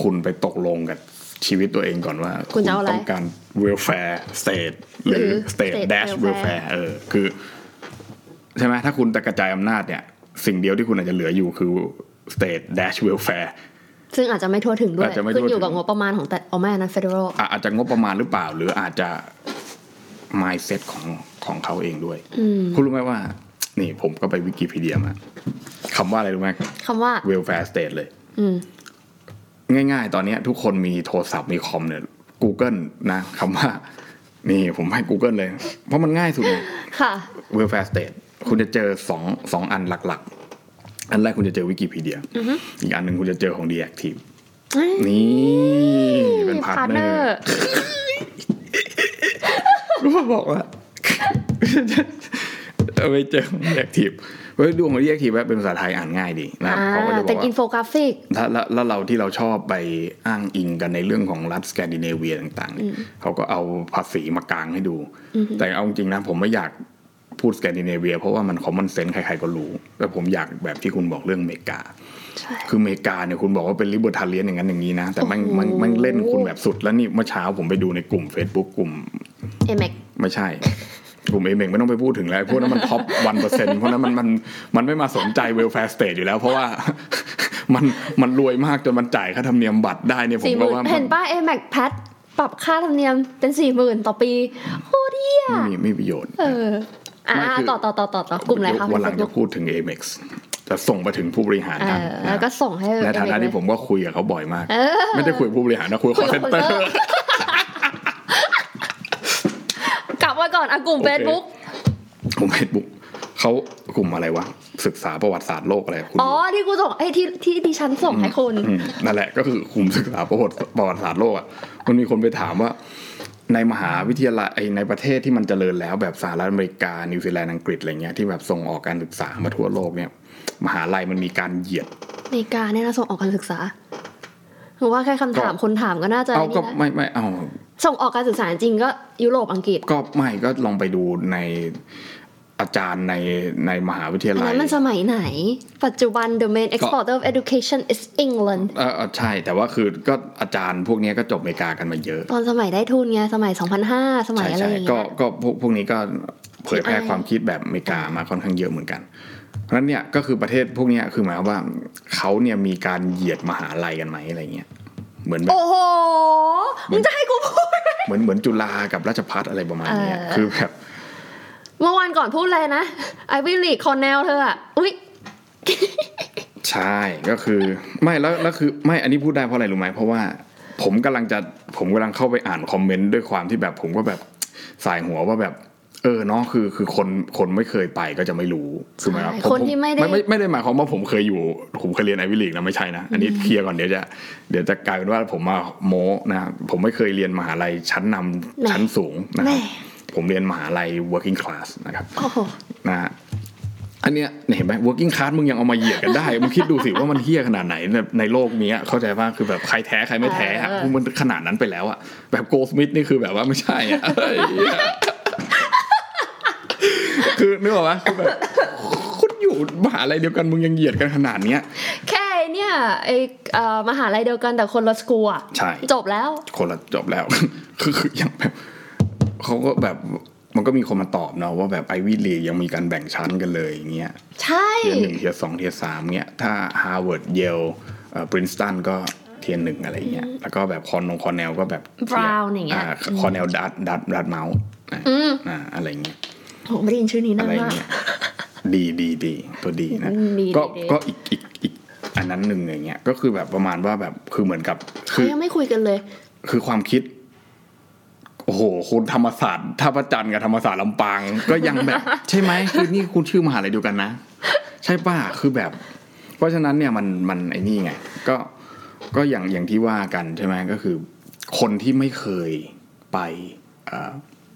Speaker 1: คุณไปตกลงกับชีวิตตัวเองก่อนว่า
Speaker 2: คุณจะเอาอะไร
Speaker 1: ต้องการ welfare state หรือ
Speaker 2: หรือ
Speaker 1: state
Speaker 2: state
Speaker 1: dash
Speaker 2: welfare
Speaker 1: welfare เออคือ ใช่ไหมถ้าคุณจะกระจายอำนาจเนี่ย สิ่งเดียวที่คุณอาจจะเหลืออยู่คือ state dash welfare
Speaker 2: ซึ่งอาจจะไม่ทั่วถึงด้วย
Speaker 1: อาจจะไม่ทั่วถึ
Speaker 2: ขึ้
Speaker 1: ง
Speaker 2: นอยู่กับงบประมาณของแต่เอาแม่นะ federal
Speaker 1: อ่ะอาจจะงบประมาณหรือเปล่า หรืออาจจะ mindset ของของเขาเองด้วยคุณรู้ไหมว่า นี่ผมก็ไปวิกิพีเดียมาคำว่าอะไรรู้ไหม
Speaker 2: คำว่า
Speaker 1: welfare state เลย
Speaker 2: อืม
Speaker 1: ง่ายๆ ตอนเนี้ย ทุกคนมีโทรศัพท์มีคอมเนี่ย Google นะคำว่า นี่ผมให้ Google เลย เพราะมันง่ายสุดเลย
Speaker 2: ค่ะ
Speaker 1: welfare state คุณจะเจอสองสองอันหลักๆ อันแรกคุณจะเจอวิกิพีเดียอีกอันหนึ่งคุณจะเจอของ d active นี่เป็นพาร์ทเนอ
Speaker 2: partner
Speaker 1: ร์รู้ว่าบอกว่า เอาไปเจอเรียกทีบเฮ้ยดวงเรียกทีบว่าเป็นภาษาไทยอ่านง่ายดีนะครับ
Speaker 2: อ่า
Speaker 1: เขาก็จะบ
Speaker 2: เป็
Speaker 1: อน ก
Speaker 2: อิ
Speaker 1: ว่าน
Speaker 2: โฟกราฟิก
Speaker 1: ถ้าแล้วแล้วเราที่เราชอบไปอ้างอิงกันในเรื่องของรัฐสแกนดิเนเวียต่างๆเนี่ยเขาก็เอาภาษีมากางให้ดู แต่เอาจริงๆนะ ผมไม่อยากพูดสแกนดิเนเวีย เพราะว่ามันคอมมอนเซนส์ใครๆก็รู้ แต่ผมอยากแบบที่คุณบอกเรื่องอเมริกา
Speaker 2: ใช่
Speaker 1: คืออเมริกาเนี่ยคุณบอกว่าเป็นริเบอร์ทาเลียนอย่างนั้นอย่างนี้นะ แต่มันมันมันเล่นคุณแบบสุดแล้วนี่เมื่อเช้าผมไปดูในกลุ่ม Facebook กลุ่ม
Speaker 2: เอเมก
Speaker 1: ไม่ใช่ กลุ่มเอเมงไม่ต้องไปพูดถึงแล้ว พวกนั้นมันท็อปวันเปอร์เซ็นต์พวกนั้นมันมันมันไม่มาสนใจเวลแฟร์สเตทอยู่แล้ว เพราะว่า มันมันรวยมากจนมันจ่ายค่าธรรมเนียมบัตรได้เนี่ยผม
Speaker 2: สี่ห
Speaker 1: ก็
Speaker 2: มื่น
Speaker 1: ว่า
Speaker 2: เห็
Speaker 1: มัน
Speaker 2: นป้าเอแม็กแพทปรับค่าธรรมเนียมเป็นสี่หมื่นต่อปีโคตรเยี่ย
Speaker 1: ไม่มีไม่มีประโยชน์
Speaker 2: เอออ่า
Speaker 1: ไม่คือ
Speaker 2: ต่อต่อต่อต่อต่อกลุ่มอะไรคะ
Speaker 1: วันหลังจะพูดถึง a m e x จะส่งไปถึงผู้บริหาร
Speaker 2: เอ
Speaker 1: ท่าน
Speaker 2: อ
Speaker 1: นะ
Speaker 2: แล้วก็ส่งให้
Speaker 1: และฐานะที่ผมก็คุยกับเขาบ่อยมาก ไม่ได้คุยกับผู้บริหารนะคุยกับ
Speaker 2: คุ
Speaker 1: ค
Speaker 2: ย
Speaker 1: อ
Speaker 2: กั
Speaker 1: เซ
Speaker 2: บ
Speaker 1: น
Speaker 2: คน
Speaker 1: เตอ
Speaker 2: เตอ
Speaker 1: ร์
Speaker 2: ร์กลับมาก่อนอ่ะกลุ่ม
Speaker 1: โอเค
Speaker 2: เฟซบุ๊ก
Speaker 1: ผมเฟซบุ๊กเขากลุ่มอะไรวะ ศึกษาประวัติศาสตร์โลกอะไรคุณ
Speaker 2: อ๋อที่กูส่งไอ้ยที่ที่ดิฉันส่งให้คุณ
Speaker 1: อืมนั่นแหละก็คือคุมศึกษาประวัติประวัติศาสตร์โลกอ่ะมันมีคนไปถามว่า ในมหาวิทยาลัยไอ้ในประเทศที่มันเจริญแล้วแบบสหรัฐอเมริกา นิวซีแลนด์อังกฤษอะไรเงี้ยที่แบบส่งออกการศึกษามาทั่วโลกเนี่ย มหาลัยมันมีการเหยียด
Speaker 2: อเมริกาเนี่ยนะส่งออกการศึกษาหรือว่าแค่คำถาม
Speaker 1: ก็
Speaker 2: คนถามก็น่าจะ
Speaker 1: เอาก็
Speaker 2: นี่นะ
Speaker 1: ไม่ไม่เอา
Speaker 2: ส่งออกการศึกษาจริงก็ยุโรปอังกฤษ
Speaker 1: ก็ไม่ก็ลองไปดูในอาจารย์ในในมหาวิทยา
Speaker 2: อัน
Speaker 1: ลัย
Speaker 2: นั้นมันสมัยไหน ปัจจุบัน the main exporter of education is England
Speaker 1: เออเออใช่ แต่ว่าคือก็อาจารย์พวกเนี้ยก็จบอเมริกากันมาเยอะ
Speaker 2: ตอนสมัยได้ทุนไง สมัย 2005 สมัย
Speaker 1: ใช่
Speaker 2: อะไร
Speaker 1: ใช่
Speaker 2: อย่าง
Speaker 1: ก็
Speaker 2: เงี้ย
Speaker 1: ก็พวกพวกนี้ก็เผยแพร่
Speaker 2: ที่อ้าง
Speaker 1: ความคิดแบบอเมริกามาค่อนข้างเยอะเหมือนกัน เพราะฉะนั้นเนี่ยก็คือประเทศพวกเนี้ยคือหมายความว่าเขาเนี่ยมีการเหยียดมหาลัยกันไหมอะไรเงี้ยเหมือนแบบ
Speaker 2: โอ้โห มึงจะให้กูพูด
Speaker 1: เหมือนเหมือนจุฬากับราชพัฒอะไรประมาณเนี้ย
Speaker 2: เออ
Speaker 1: คือแบบ
Speaker 2: เมื่อวานก่อนพูดอะไรนะไอวิลีคอนเนลเธออะอุ๊ย
Speaker 1: ใช่ก็คือไม่แล้วแล้วคือไม่อันนี้พูดได้เพราะอะไรรู้ไหมเพราะว่าผมกำลังจะผมกำลังเข้าไปอ่านคอมเมนต์ด้วยความที่แบบผมก็แบบสายหัวว่าแบบ เออเนาะคือคือคนคนไม่เคยไปก็จะไม่รู้คือหมายว่า
Speaker 2: ใช่
Speaker 1: ผ
Speaker 2: คนที่ไม่ได้
Speaker 1: ไม่ ไม่ได้หมายความว่าผมเคยอยู่ ผมเคยเรียนไอวิลีกนะไม่ใช่นะ อันนี้เคลียร์ก่อนเดี๋ยวจะเดี๋ยวจะกลายเป็นว่าผมมาโม้นะครับผมไม่เคยเรียนมหาลัยชั้นนำ
Speaker 2: แหม่
Speaker 1: ชั้นสูงนะครับ
Speaker 2: แหม่
Speaker 1: ผมเรียนมหาลัย working class นะครับ
Speaker 2: โอ้โห
Speaker 1: นะฮะอันเนี้ยเห็นไหม working class มึงยังเอามาเหยียดกันได้ มึงคิดดูสิว่ามันเฮี้ยขนาดไหนในในโลกเนี้ยเข้าใจว่าคือแบบใครแท้ใครไม่แท้อะ
Speaker 2: เออ
Speaker 1: มันขนาดนั้นไปแล้วอะแบบโกลสมิธนี่คือแบบว่าไม่ใช่อะเฮ้ยคือนึกออกปะคือแบบ คุณอยู่มหาลัยเดียวกันมึงยังเหยียดกันขนาดเนี้ย
Speaker 2: แค่ไอ้เนี่ยไอเอ่อมหาลัยเดียวกันแต่คนละสกูลอะ
Speaker 1: ใช่
Speaker 2: จบแล้ว
Speaker 1: คนละจบแล้ว <laughs> คือคืออย่างแบบเขาก็แบบมันก็มีคนมาตอบเนาะว่าแบบไอวิลียังมีการแบ่งชั้นกันเลยอย่างเงี้ย
Speaker 2: ใช่
Speaker 1: เทียร์หนึ่งเทียร์สองเทียร์สามเงี้ยถ้าฮาร์วาร์ดเยลปรินสตันก็เทียร์หนึ่งอะไรเงี้ยแล้วก็แบบคอนงคอนแนลก็แบบ
Speaker 2: บราวน์อย่างเงี้ย
Speaker 1: คอนแนลดัตดัตดัตเมาส์
Speaker 2: อืม
Speaker 1: อ่าอะไรเงี้ย
Speaker 2: โหไม่ได้ยินชื่อนี้นา
Speaker 1: อะ
Speaker 2: น
Speaker 1: ไร
Speaker 2: มาก
Speaker 1: เงี้ยดีดีดีตัวดีนะ
Speaker 2: อืมดี
Speaker 1: ก็
Speaker 2: ดี
Speaker 1: ก็อีกอีกอีกอันนั้นหนึ่งอย่างเงี้ยก็คือแบบประมาณว่าแบบคือเหมือนกับ
Speaker 2: เขา
Speaker 1: คือ
Speaker 2: ยังไม่คุยกันเลย
Speaker 1: คือความคิด โอ้โหคุณธรรมศาสตร์ท่าพระจันทร์กับธรรมศาสตร์ลำปาง ก็ยัง
Speaker 2: <laughs>
Speaker 1: แบบ ใช่ไหมคือนี่คุณชื่อมหาลัยเดียวกันนะ ใช่ป่ะคือแบบ เพราะฉะนั้นเนี่ยมันมันไอ้นี่ไงก็ก็อย่างอย่างที่ว่ากันใช่ไหมก็คือ คนที่ไม่เคยไปเอ่อ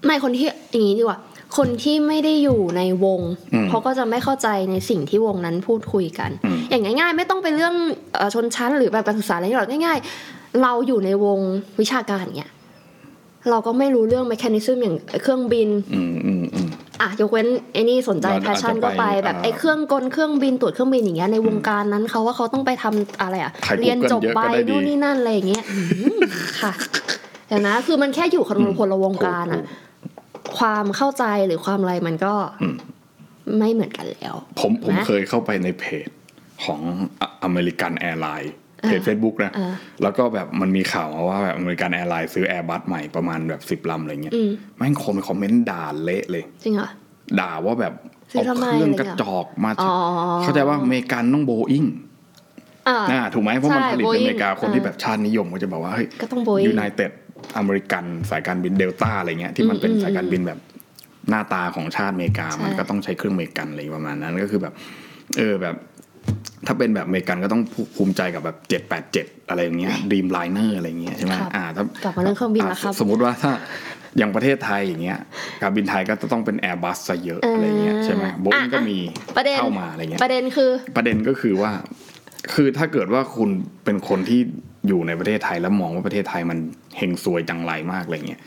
Speaker 2: ไม่คนที่อย่างนี้ดีกว่า คนที่ไม่ได้อยู่ในวง
Speaker 1: อืม
Speaker 2: เขาก็จะไม่เข้าใจในสิ่งที่วงนั้นพูดคุยกัน
Speaker 1: อืม
Speaker 2: อย่างง่าย ๆ ไม่ต้องไปเรื่องเออชนชั้นหรือแบบการศึกษาอะไรหรอกง่าย ๆ เราอยู่ในวงวิชาการอย่างเงี้ยเราก็ไม่รู้เรื่อง m ม c ค a นิซึมอย่างเครื่องบิน
Speaker 1: อืมอืมอืม
Speaker 2: อ่ะยกเว้นไอ้นี่สนใจ
Speaker 1: เราอาจ
Speaker 2: แพ
Speaker 1: จะ
Speaker 2: ชชั่นก็ไป
Speaker 1: ไป
Speaker 2: แบบ
Speaker 1: อ่า
Speaker 2: ไอ้เครื่องกลเครื่องบินตรวจเครื่องบินอย่างเงี้ยในวงการนั้นเขาว่าเขาต้องไปทำอะไรอ่ะ
Speaker 1: ใคร Google
Speaker 2: เรียนจบ
Speaker 1: เยอะ
Speaker 2: ใบ
Speaker 1: ก็ได้ดี
Speaker 2: นู่นนี่นั่นอะไรอย่างเงี้ยอืมค่ะเดี๋ยวนะคือมันแค่อยู่คนละคนละวงการอ่ะ ความเข้าใจหรือความอะไรมันก็
Speaker 1: อืม
Speaker 2: ไม่เหมือนกันแล้ว
Speaker 1: ผมผม
Speaker 2: นะ
Speaker 1: เคยเข้าไปในเพจของอเมริกันแอร์ไลน์เพจ
Speaker 2: อ่า
Speaker 1: Facebook นะ
Speaker 2: อ่า
Speaker 1: แล้วก็แบบมันมีข่าวมาว่าแบบอเมริกันแอร์ไลน์ซื้อแอร์บัสใหม่ประมาณแบบสิบ10ลำอะไรเงี้ย
Speaker 2: อืม
Speaker 1: แม่งคนไปคอมเมนต์ด่าเละเลย
Speaker 2: จริงเหรอ
Speaker 1: ด่าว่าแบบ
Speaker 2: ซื้
Speaker 1: เอา
Speaker 2: อทำไม
Speaker 1: เครื่องกระ
Speaker 2: อะไรเงี้ย
Speaker 1: จอกมา
Speaker 2: อ๋อ
Speaker 1: เข้าใจว่าอเมริกันต้องโบอิง
Speaker 2: อ่า
Speaker 1: นะถูกไหมเพราะมัน
Speaker 2: ใช่
Speaker 1: ผลิตในอเมริกา
Speaker 2: Boeing
Speaker 1: คนที่แบบชาตินิยมก็จะบอกว่าเฮ้ย
Speaker 2: ก็ต้อง Boeing
Speaker 1: ยูไนเต็ดอเมริกันสายการบินเดลต้าอะไรเงี้ยที่มันเป็น
Speaker 2: อืมอืม
Speaker 1: สายการบินแบบหน้าตาของชาติอเมริกา
Speaker 2: ใช่
Speaker 1: มันก็ต้องใช้เครื่องอเมริกันอะไรประมาณนั้นก็คือแบบ เออแบบ ถ้าเป็นแบบอเมริกันก็ต้องภูมิใจกับแบบเจ็ดแปดเจ็ดอะไรอย่างเงี้ยดีมไลเนอร์อะไรอย่างเงี้ยใช่ไหม
Speaker 2: ครับ
Speaker 1: อ่าถ้าก
Speaker 2: ลับมาเรื่องเครื่องบินแล้วครับ
Speaker 1: สมมติว่าถ้าอย่างประเทศไทยอย่างเงี้ยการบินไทยก็จะต้องเป็น Airbus ซะเยอะอะไรเงี้ยใช่ไหม
Speaker 2: อ่า
Speaker 1: โบ e งก็
Speaker 2: อ่ะ
Speaker 1: มี
Speaker 2: ประเด็น
Speaker 1: เข้ามาอะไรเงี้ย
Speaker 2: ประเด็นคือ
Speaker 1: ประเด็นก็คือว่า คือถ้าเกิดว่าคุณเป็นคนที่อยู่ในประเทศไทยแล้วมองว่าประเทศไทยมันเฮงซวยจังไรมากอะไรเงี้ย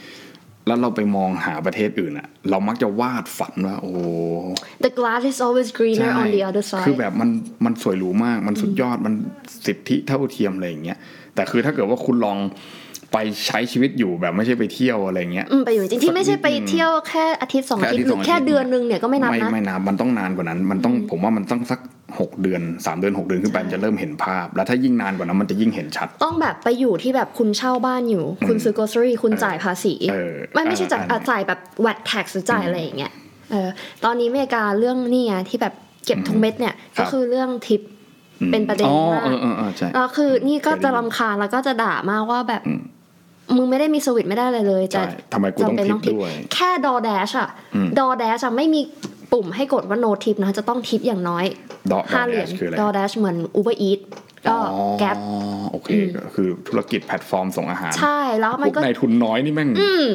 Speaker 1: แล้วเราไปมองหาประเทศอื่นอะเรามักจะวาดฝันว่า โอ้
Speaker 2: the glass is always
Speaker 1: ใช่
Speaker 2: greener on the other side
Speaker 1: คือแบบมันมันสวยหรูมาก มันสุดยอด มันสิทธิเท่าเทียมอะไรอย่างเงี้ย แต่คือถ้าเกิดว่าคุณลองไปใช้ชีวิตอยู่แบบไม่ใช่ไปเที่ยวอะไรเงี้ย
Speaker 2: อืมไปอยู่จริงๆที่ไม่ใช่ไปเที่ยวแค่อาทิตย์สองอาทิตย์หรือแค่เดือนหนึงเนี่ยก็ไม่นับ
Speaker 1: ไม่
Speaker 2: นะ
Speaker 1: ไม่นับมันต้องนานกว่านั้น มันต้องผมว่ามันต้องสักหกเดือนสามเดือนหกเดือนขึ้นไปมันจะเริ่มเห็นภาพ แล้วถ้ายิ่งนานกว่านั้นมันจะยิ่งเห็นชัด
Speaker 2: ต้องแบบไปอยู่ที่แบบคุณเช่าบ้านอยู่ คุณซื้อ grocery คุณจ่ายภาษี
Speaker 1: เออ
Speaker 2: ไม่ไม่ใช่จ่าย
Speaker 1: อ่า
Speaker 2: อ่ะจ่ายแบบ VAT tax หรือจ่ายอะไรอย่างเงี้ยเออตอนนี้อเมริกาเรื่องนี่ไงที่แบบเก็บทุกเม็ดเนี่ยก็คือเรื่องทิป
Speaker 1: อืม
Speaker 2: เป็นประเด็น
Speaker 1: อ๋อ
Speaker 2: มาก
Speaker 1: เออเออเออใช่
Speaker 2: แล้วคือนี่ก็จะ
Speaker 1: เคยได้ยิน
Speaker 2: รำคาญแล้วก็จะด่ามากว่าแบบ
Speaker 1: อืม
Speaker 2: มึงไม่ได้มีสวิตช์ไม่ได้อะไรเลยแต่
Speaker 1: ใช่ทำไมกูต้อง
Speaker 2: จำเป็น
Speaker 1: ทิ
Speaker 2: ต้
Speaker 1: ป
Speaker 2: องทิป
Speaker 1: ด้วย
Speaker 2: แค่ดอแดชอะ
Speaker 1: อืม
Speaker 2: ดอแดชอะไม่มีปุ่มให้กดว่า no tip นะจะต้องทิปอย่างน้อย
Speaker 1: ดอด
Speaker 2: ห้า
Speaker 1: อ
Speaker 2: เห
Speaker 1: แด
Speaker 2: รียญ
Speaker 1: ชคืออะไร
Speaker 2: ดอแดชเหมือน Uber Eats ก็
Speaker 1: อ๋อ
Speaker 2: แก๊ป
Speaker 1: โอเค
Speaker 2: อืม
Speaker 1: ก็คือธุรกิจแพลตฟอร์มส่งอาหาร
Speaker 2: ใช่แล้ว
Speaker 1: พ
Speaker 2: มัน
Speaker 1: วก
Speaker 2: ก็
Speaker 1: นายทุนน้อยนี่แม่ง
Speaker 2: อืม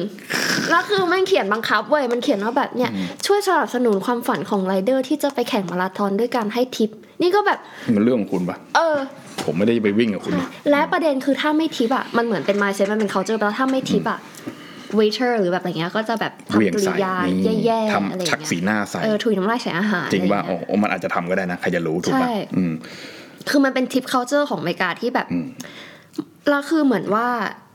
Speaker 2: แล้วคือมันเขียนบังคับเว้ยมันเขียนว่าแบบเนี่ย ช่วยสนับสนุนความฝันของไรเดอร์ที่จะไปแข่งมาราธอนด้วยการให้ทิป นี่ก็แบบ
Speaker 1: มันเรื่องของคุณปะ
Speaker 2: เออ
Speaker 1: ผมไม่ได้ไปวิ่งกับคุณนะ
Speaker 2: และประเด็นคือถ้าไม่ทิปอ่ะ มันเหมือนเป็น mindset มันเป็น culture ไปแล้วถ้าไม่ทิปอ่ะ waiter หรือแบบอะไรเงี้ยก็จะแบบ
Speaker 1: เหวียง
Speaker 2: ทำกริ
Speaker 1: ใส่
Speaker 2: ยา
Speaker 1: นี่
Speaker 2: แย่ๆอะไร
Speaker 1: ทำชัก
Speaker 2: เงี้
Speaker 1: สี
Speaker 2: ย
Speaker 1: หน้าใส่
Speaker 2: เออถุยน้ำลายใส่อาหาร
Speaker 1: จริงว่า
Speaker 2: อะ
Speaker 1: โอ้
Speaker 2: ไเย
Speaker 1: โอ้มันอาจจะทำก็ได้นะใครจะรู้ถูกปะ
Speaker 2: ใช่
Speaker 1: อืม
Speaker 2: คือมันเป็นทิป culture ของอเมริกาที่แบบ
Speaker 1: อืม
Speaker 2: แล้วคือเหมือนว่า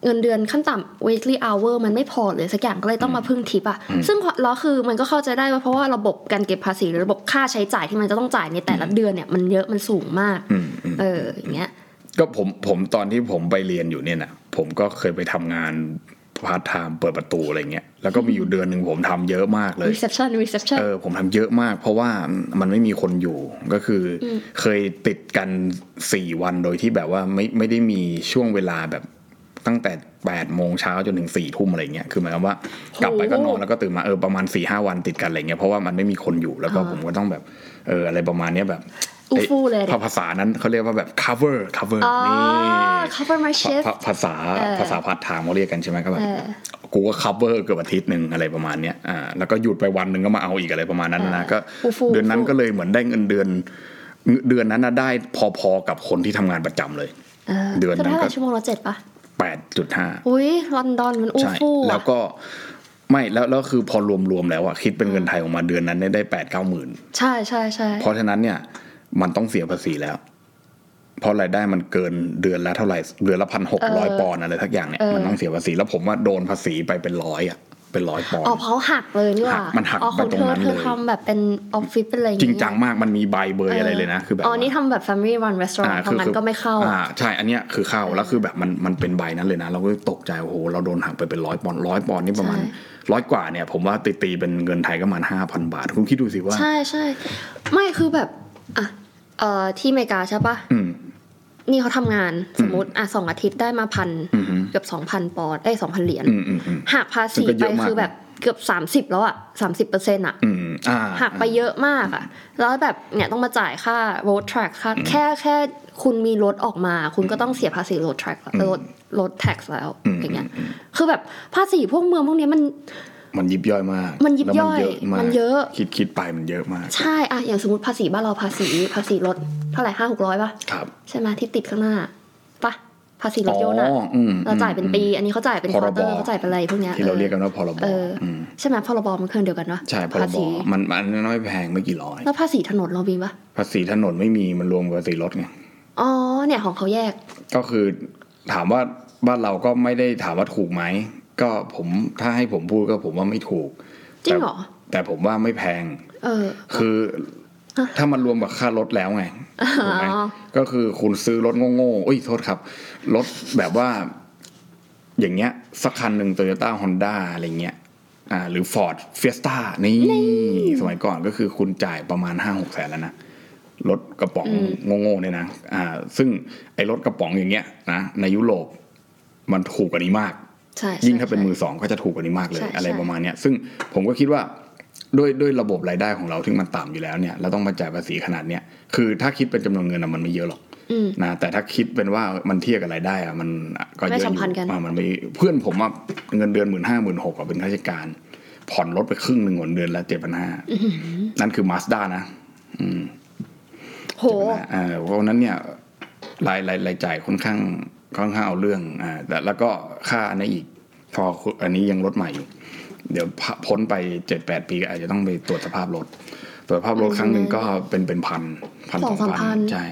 Speaker 2: เงินเดือนขั้นต่ำ weekly hour มันไม่พอเลยสักอย่างก็เลยต้องมาพึ่งทิปอ่ะ ซึ่งแล้วคือมันก็เข้าใจได้ว่าเพราะว่าระบบการเก็บภาษีหรือระบบค่าใช้จ่ายที่มันจะต้องจ่ายในแต่ละเดือนเนี่ยมันเยอะมันสูงมาก
Speaker 1: อืมอืม
Speaker 2: เอออย่างเงี้ย
Speaker 1: ก็ผมผมตอนที่ผมไปเรียนอยู่เนี่ยนะผมก็เคยไปทำงานพาร์ทไทม์เปิดประตูอะไรเงี้ยแล้วก็มีอยู่เดือนหนึ่งผมทำเยอะมากเลย
Speaker 2: reception reception
Speaker 1: เออผมทำเยอะมาก เพราะว่ามันไม่มีคนอยู่ก็คืออเคยติดกันสี่วันโดยที่แบบว่าไม่ไม่ได้มีช่วงเวลาแบบตั้งแต่8ปดโมงเช้าจนถึงสี่ทุ่มอะไรเงี้ยคือหมายความว่ากลับไปก็นอนแล้วก็ตื่นมาเออประมาณ4ี่ห้าวันติดกันอะไรเงี้ยเพราะว่ามันไม่มีคนอยู่แล้วก็
Speaker 2: อ่า
Speaker 1: ผมก็ต้องแบบเอออะไรประมาณเนี้ยแบบ
Speaker 2: อู
Speaker 1: ไอ้
Speaker 2: ฟู่เลยเนี่ย
Speaker 1: ภาษานั้นเขาเรียกว่าแบบ cover cover
Speaker 2: อ๋อ
Speaker 1: นี่
Speaker 2: cover my
Speaker 1: ภา
Speaker 2: shift
Speaker 1: ภาภาษา
Speaker 2: เออ
Speaker 1: ภาษาพัดทางเขาเรียกกันใช่ไหมก็แบ
Speaker 2: เอบ อ
Speaker 1: กูก็ cover เกือบอาทิตย์หนึ่งอะไรประมาณเนี้ยอ่าแล้วก็หยุดไปวันหนึ่งก็มาเอาอีกอะไรประมาณนั้นนะ
Speaker 2: เออ
Speaker 1: ก็
Speaker 2: ฟูฟู
Speaker 1: เดือนนั้น
Speaker 2: ฟู
Speaker 1: ก็เลยเหมือนได้เงินเดือน เดือนนั้นนะได้พอๆกับคนที่ทำงานประจำเลย
Speaker 2: เออ
Speaker 1: เดือน
Speaker 2: คือ
Speaker 1: นั้น
Speaker 2: เท่าไห
Speaker 1: ก็
Speaker 2: ร่ชั่วโมงละเจ็ดปะ
Speaker 1: 8.5
Speaker 2: อุ้ยลอนดอนมันอู
Speaker 1: ใช่
Speaker 2: ฟู่อะ
Speaker 1: แล้วก็ไม่แล้วแล้วคือพอรวมๆแล้วอะคิดเป็นเงินไทยออกมาเดือนนั้นเนี่ยได้แปดเก้าหมื่น
Speaker 2: ใช่ใช่ใช่
Speaker 1: เพราะฉะนั้นเนี่ยมันต้องเสียภาษีแล้ว เพราะรายได้มันเกินเดือนละเท่าไหร่เดือนละพันหกร้อยปอนด์อะไรทักอย่างเนี่ยมันต้องเสียภาษีแล้วผมว่าโดนภาษีไปเป็นร้อยอ่ะเป็นร้อยปอน
Speaker 2: อ๋อ
Speaker 1: ด์
Speaker 2: เพราะหักเลยนี่หว่า
Speaker 1: หักมันหัก
Speaker 2: อ๋อของ
Speaker 1: ไปตร
Speaker 2: เธ
Speaker 1: งนั้
Speaker 2: อน เธอ
Speaker 1: เลย
Speaker 2: ทำแบบเป็นออฟฟิศเป็นอะไรอ
Speaker 1: จ
Speaker 2: ย่าเย
Speaker 1: ริงจังมากมันมีใบเบยอะไรเลยนะคือแบบ
Speaker 2: อ๋อ
Speaker 1: ว่า
Speaker 2: นี่ทำแบบ Family Run Restaurant เพราะงั้นก็ไม่เข้า
Speaker 1: อ่าใช่อันเนี้ยคือเข้าแล้วคือแบบมันมันเป็นใบนั้นเลยนะ เราก็ตกใจโอ้โหเราโดนหักไปเป็นร้อยปอนด์ร้อยปอนด์นี่ประมาณ
Speaker 2: ใช่
Speaker 1: ร้อยกว่าเนี่ย ผมว่าตีตีๆเป็นเงินไทยก็ประมาณห้าพันบาท คุณคิดดูสิว่า
Speaker 2: ใช่ใช่ไม่คือแบบอ่ะเอ่อที่อเมริกาใช่ปะ
Speaker 1: อืม
Speaker 2: นี่เขาทำงานสมมติอ่ะสองอาทิตย์ได้มาพัน
Speaker 1: อือหือ
Speaker 2: เกือบสองพันปอนด์ได้สองพันเหรียญ
Speaker 1: อืมอืมอืม
Speaker 2: หักภาษี
Speaker 1: มันก็เยอะ
Speaker 2: ไป
Speaker 1: มาก
Speaker 2: คือแบบเกือบสามสิบ30 แล้วอ่ะสามสิบเปอร์เซ็นต์อ่ะ
Speaker 1: อืมอ่า
Speaker 2: หักไปเยอะมากอ่ะ แล้วแบบเนี่ยต้องมาจ่ายค่า road track ค่าแค่แค่คุณมีรถออกมา คุณก็ต้องเสียภาษี road track แล้วรถรถ tax แล้ว
Speaker 1: อืม
Speaker 2: อย่างเงี้ย คือแบบภาษีพวกเมืองพวกเนี้ยมัน
Speaker 1: มันยิบย่อยมาก
Speaker 2: มันยิบย่อย
Speaker 1: แล้วมัน
Speaker 2: มัน
Speaker 1: เย
Speaker 2: เย
Speaker 1: อะ
Speaker 2: อะ
Speaker 1: มากคิดคิดไปมันเยอะมาก
Speaker 2: ใช่อะอย่างสมมติภาษีบ้านเราภาษีภาษีรถเท่าไหร่ห้าหกร้อยป่ะ
Speaker 1: ครับ
Speaker 2: ใช่ไหมที่ติดข้างหน้าปะภาษีรถยนต์
Speaker 1: อ๋
Speaker 2: อะ
Speaker 1: ออืม
Speaker 2: เราจ่ายเป็นปี อันนี้เขาจ่ายเป็น
Speaker 1: พ
Speaker 2: ค
Speaker 1: รบ
Speaker 2: อร์เตอร์เขาจ่ายเป็นอะไรพวกเนี้ย
Speaker 1: ที่เราเรียกกันว่าพรบ
Speaker 2: เอออ
Speaker 1: ม
Speaker 2: ใช่ไหมพรบมันเครื่องเดียวกันวะ
Speaker 1: ใช่พร
Speaker 2: ภา
Speaker 1: บ
Speaker 2: ษี
Speaker 1: มันมันน้อยแพงไม่กี่ร้อย
Speaker 2: แล้วภาษีถนนเรามีปะ
Speaker 1: ภาษีถนนไม่มีมันรวมกับภาษีรถไง
Speaker 2: อ๋อเนี่ยของเขาแยก
Speaker 1: ก็คือถามว่าบ้านเราก็ไม่ได้ถามว่าถูกไหม ก็ผมถ้าให้ผมพูดก็ผมว่าไม่ถูก
Speaker 2: จริงเหรอ
Speaker 1: แต่แต่ผมว่าไม่แพง
Speaker 2: เออ
Speaker 1: คือ
Speaker 2: ฮะ
Speaker 1: ถ้ามันรวมกับค่ารถแล้วไงถูกไหม
Speaker 2: อ๋อ
Speaker 1: ก็คือคุณซื้อรถโง่ๆอุ้ยโทษครับ รถแบบว่า อย่างเงี้ย สักคันหนึ่งโตโยต้าฮอนด้าอะไรเงี้ย อ่า หรือฟอร์ดเฟียสต้านี่ สมัยก่อนก็คือคุณจ่ายประมาณห้าหกแสนแล้วนะ รถกระป๋องโง่ๆเนี่ยนะ อ่า ซึ่งไอ้รถกระป๋องอย่างเงี้ยนะในยุโรปมันถูกกว่านี้มาก
Speaker 2: ใช่ใช่
Speaker 1: ยิ่งถ้าเป็น
Speaker 2: ใช่
Speaker 1: มือสองก็จะถูกกว่านี้มากเลย
Speaker 2: ใช่
Speaker 1: อะไร
Speaker 2: ใช่
Speaker 1: ประมาณเนี้ยซึ่งผมก็คิดว่า ด้วยด้วยระบบรายได้ของเราที่มันต่ำอยู่แล้วเนี่ยเราต้องมาจ่ายภาษีขนาดเนี้ยคือถ้าคิดเป็นจำนวนเงินอะมันไม่เยอะหรอก
Speaker 2: อืม
Speaker 1: นะแต่ถ้าคิดเป็นว่ามันเทียบกับรายได้อะมันก็เยอะ
Speaker 2: ไม่
Speaker 1: อ
Speaker 2: สัม
Speaker 1: ยู่
Speaker 2: พันธ์กัน
Speaker 1: อ่ะมันไม่เพื่อนผมอะเงินเดือนหมื่นห้าหมื่นหกเป็นข้าราชการ ผ่อนลดไปครึ่งหนึ่งหนเดือนละเจ็ดพันห้านั่นคือมาสด้านะ อืม
Speaker 2: โห
Speaker 1: เอ่อเพราะฉะนั้นเนี่ยรายรายรายจ่ายค่อนข้างค่อนข้างเอาเรื่องอ่าแต่แล้วก็ค่าอันนี้อีกพออันนี้ยังลดใหม่อยู่เดี๋ยวพพ้นไปเจ็ดแปดปีก็อาจจะต้องไปตรวจสภาพรถตรวจสภาพรถครั้งหนึ่งก็เป็นเป็นพันพัน
Speaker 2: สองสามพัน
Speaker 1: ใช่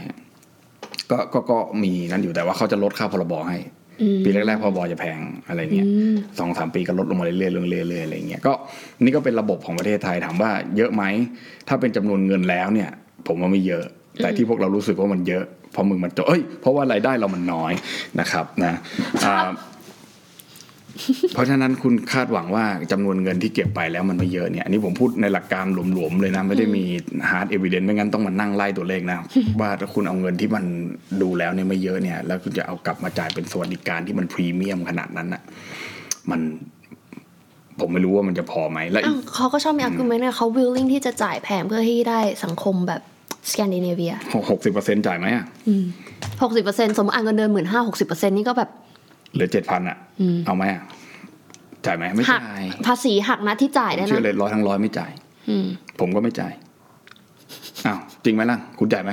Speaker 1: ก็ก็ก็มีนั่นอยู่แต่ว่าเขาจะลดค่าพรบให้
Speaker 2: อืม
Speaker 1: ปีแรกๆพรบจะแพงอะไรเงี้ย
Speaker 2: อืม
Speaker 1: สองสามปีก็ลดลงมาเรื่อยๆเรื่อยๆเรื่อยๆอะไรเงี้ยก็นี่ก็เป็นระบบของประเทศไทยถามว่าเยอะไหม ถ้าเป็นจำนวนเงินแล้วเนี่ย ผมว่าไม่เยอะ แต่ที่พวกเรารู้สึกว่ามันเยอะเพราะมึงมันจะเอ้ยเพราะว่ารายได้เรามันน้อยนะครับนะอ่าเพราะฉะนั้นคุณคาดหวังว่าจำนวนเงินที่เก็บไปแล้วมันไม่เยอะเนี่ยอันนี้ผมพูดในหลักการหลวมๆเลยนะไม่ได้มีฮาร์ดเอวิเดนไม่งั้นต้องมานั่งไล่ตัวเลขนะ ว่าถ้าคุณเอาเงินที่มันดูแล้วเนี่ยไม่เยอะเนี่ย แล้วคุณจะเอากลับมาจ่ายเป็นสวัสดิการที่มันพรีเมียมขนาดนั้นอะ มันผมไม่รู้ว่ามันจะพอไหมและอี
Speaker 2: อ้า
Speaker 1: ก
Speaker 2: วเขาก็ชอบมี argument เนี่ยเขา willing ที่จะจ่ายแพงเพื่อให้ได้สังคมแบบสแกนดิเนเวีย
Speaker 1: หกสิบเปอร์เซ็นจ่ายไหมอ่ะ
Speaker 2: หกสิบเปอร์เซ็นต์สมมติอ่านเงินเดือนหมื่นห้าหกสิบเปอร์เซ็นต์นี่ก็แบบ
Speaker 1: เหลือเจ็ดพันอ่ะ
Speaker 2: อืม
Speaker 1: เอาไหมอ่ะ จ่ายไหมไม่
Speaker 2: หัก
Speaker 1: จ่าย
Speaker 2: ภาษีหักนะที่จ่าย
Speaker 1: ผม
Speaker 2: ได้
Speaker 1: เชื่
Speaker 2: นะ
Speaker 1: อเลยร้อยทั้งร้อยไม่จ่าย
Speaker 2: อืม
Speaker 1: ผมก็ไม่จ่ายอ้าวจริงไหมล่ะ คุณจ่ายไหม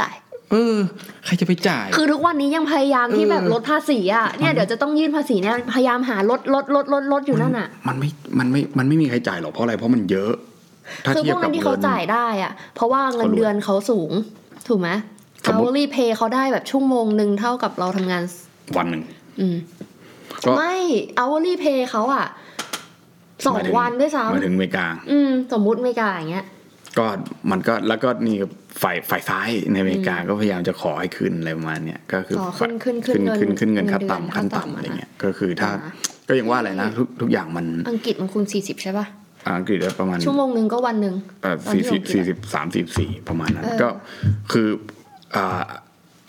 Speaker 2: จ่าย
Speaker 1: เออ ใครจะไปจ่าย
Speaker 2: คือทุกวันนี้ยังพยายามที่
Speaker 1: เออ
Speaker 2: แบบลดภาษีอ่ะเนี่ยเดี๋ยวจะต้องยื่นภาษีเนี่ยพยายามหาลดลดลดลดลดอยู่นั่นอ่ะ
Speaker 1: มันไม่มันไม่มันไม่มีใครจ่ายหรอกเพราะอะไรเพราะมันเยอะ ถ้า
Speaker 2: คือ
Speaker 1: เที
Speaker 2: พ
Speaker 1: ยว บ
Speaker 2: ก
Speaker 1: กั
Speaker 2: นั้
Speaker 1: บ
Speaker 2: นที่
Speaker 1: เงิ
Speaker 2: เขา
Speaker 1: น
Speaker 2: จ่ายได้อ่ะ เพราะว่าเงินเดือนเขาสูง ถูกไหม
Speaker 1: สมมุติ
Speaker 2: hourly pay เขาได้แบบชั่วโมงหนึ่งเท่ากับเราทำงาน
Speaker 1: วันหนึ่ง
Speaker 2: อืม
Speaker 1: ก็
Speaker 2: ไม่ hourly pay เขาอ่ะสอง
Speaker 1: หมายถึ
Speaker 2: วันด้วยซ้
Speaker 1: หมายถึงอเมริกา
Speaker 2: ำอืม สมมุติไม่กาอย่างเงี้ย
Speaker 1: ก็มันก็แล้วก็นี่ฝ่ายฝ่ายซ้ายในอเมริกาก็พยายามจะขอให้ขึ้นอะไรประมาณเนี้ยก็คือ
Speaker 2: ขอขึ้นขึ้นขึ้
Speaker 1: ขึ้น
Speaker 2: นเงิน
Speaker 1: ขึ้นขึ้นเงิน
Speaker 2: เงิน
Speaker 1: ขั้น
Speaker 2: เดือน
Speaker 1: ต่ำขั้น
Speaker 2: ขั้นต่ำ
Speaker 1: ต่ำอะไร
Speaker 2: อะนะ
Speaker 1: เงี้ยก็คือถ้า
Speaker 2: อ่า
Speaker 1: ก็ยังว่าอะไรนะทุกทุกอย่างมัน
Speaker 2: อังกฤษมันคูณสี่สิบใช่ป่ะ
Speaker 1: อ่าอังกฤษได้ประมาณ
Speaker 2: ชั่วโมงหนึ่งก็วันหนึ่งตอน
Speaker 1: สี่
Speaker 2: ที่
Speaker 1: สิบสี่
Speaker 2: อังกฤษอะ
Speaker 1: สิบสามสิบสี่ประมาณนั้น
Speaker 2: เออ
Speaker 1: ก็คืออ่า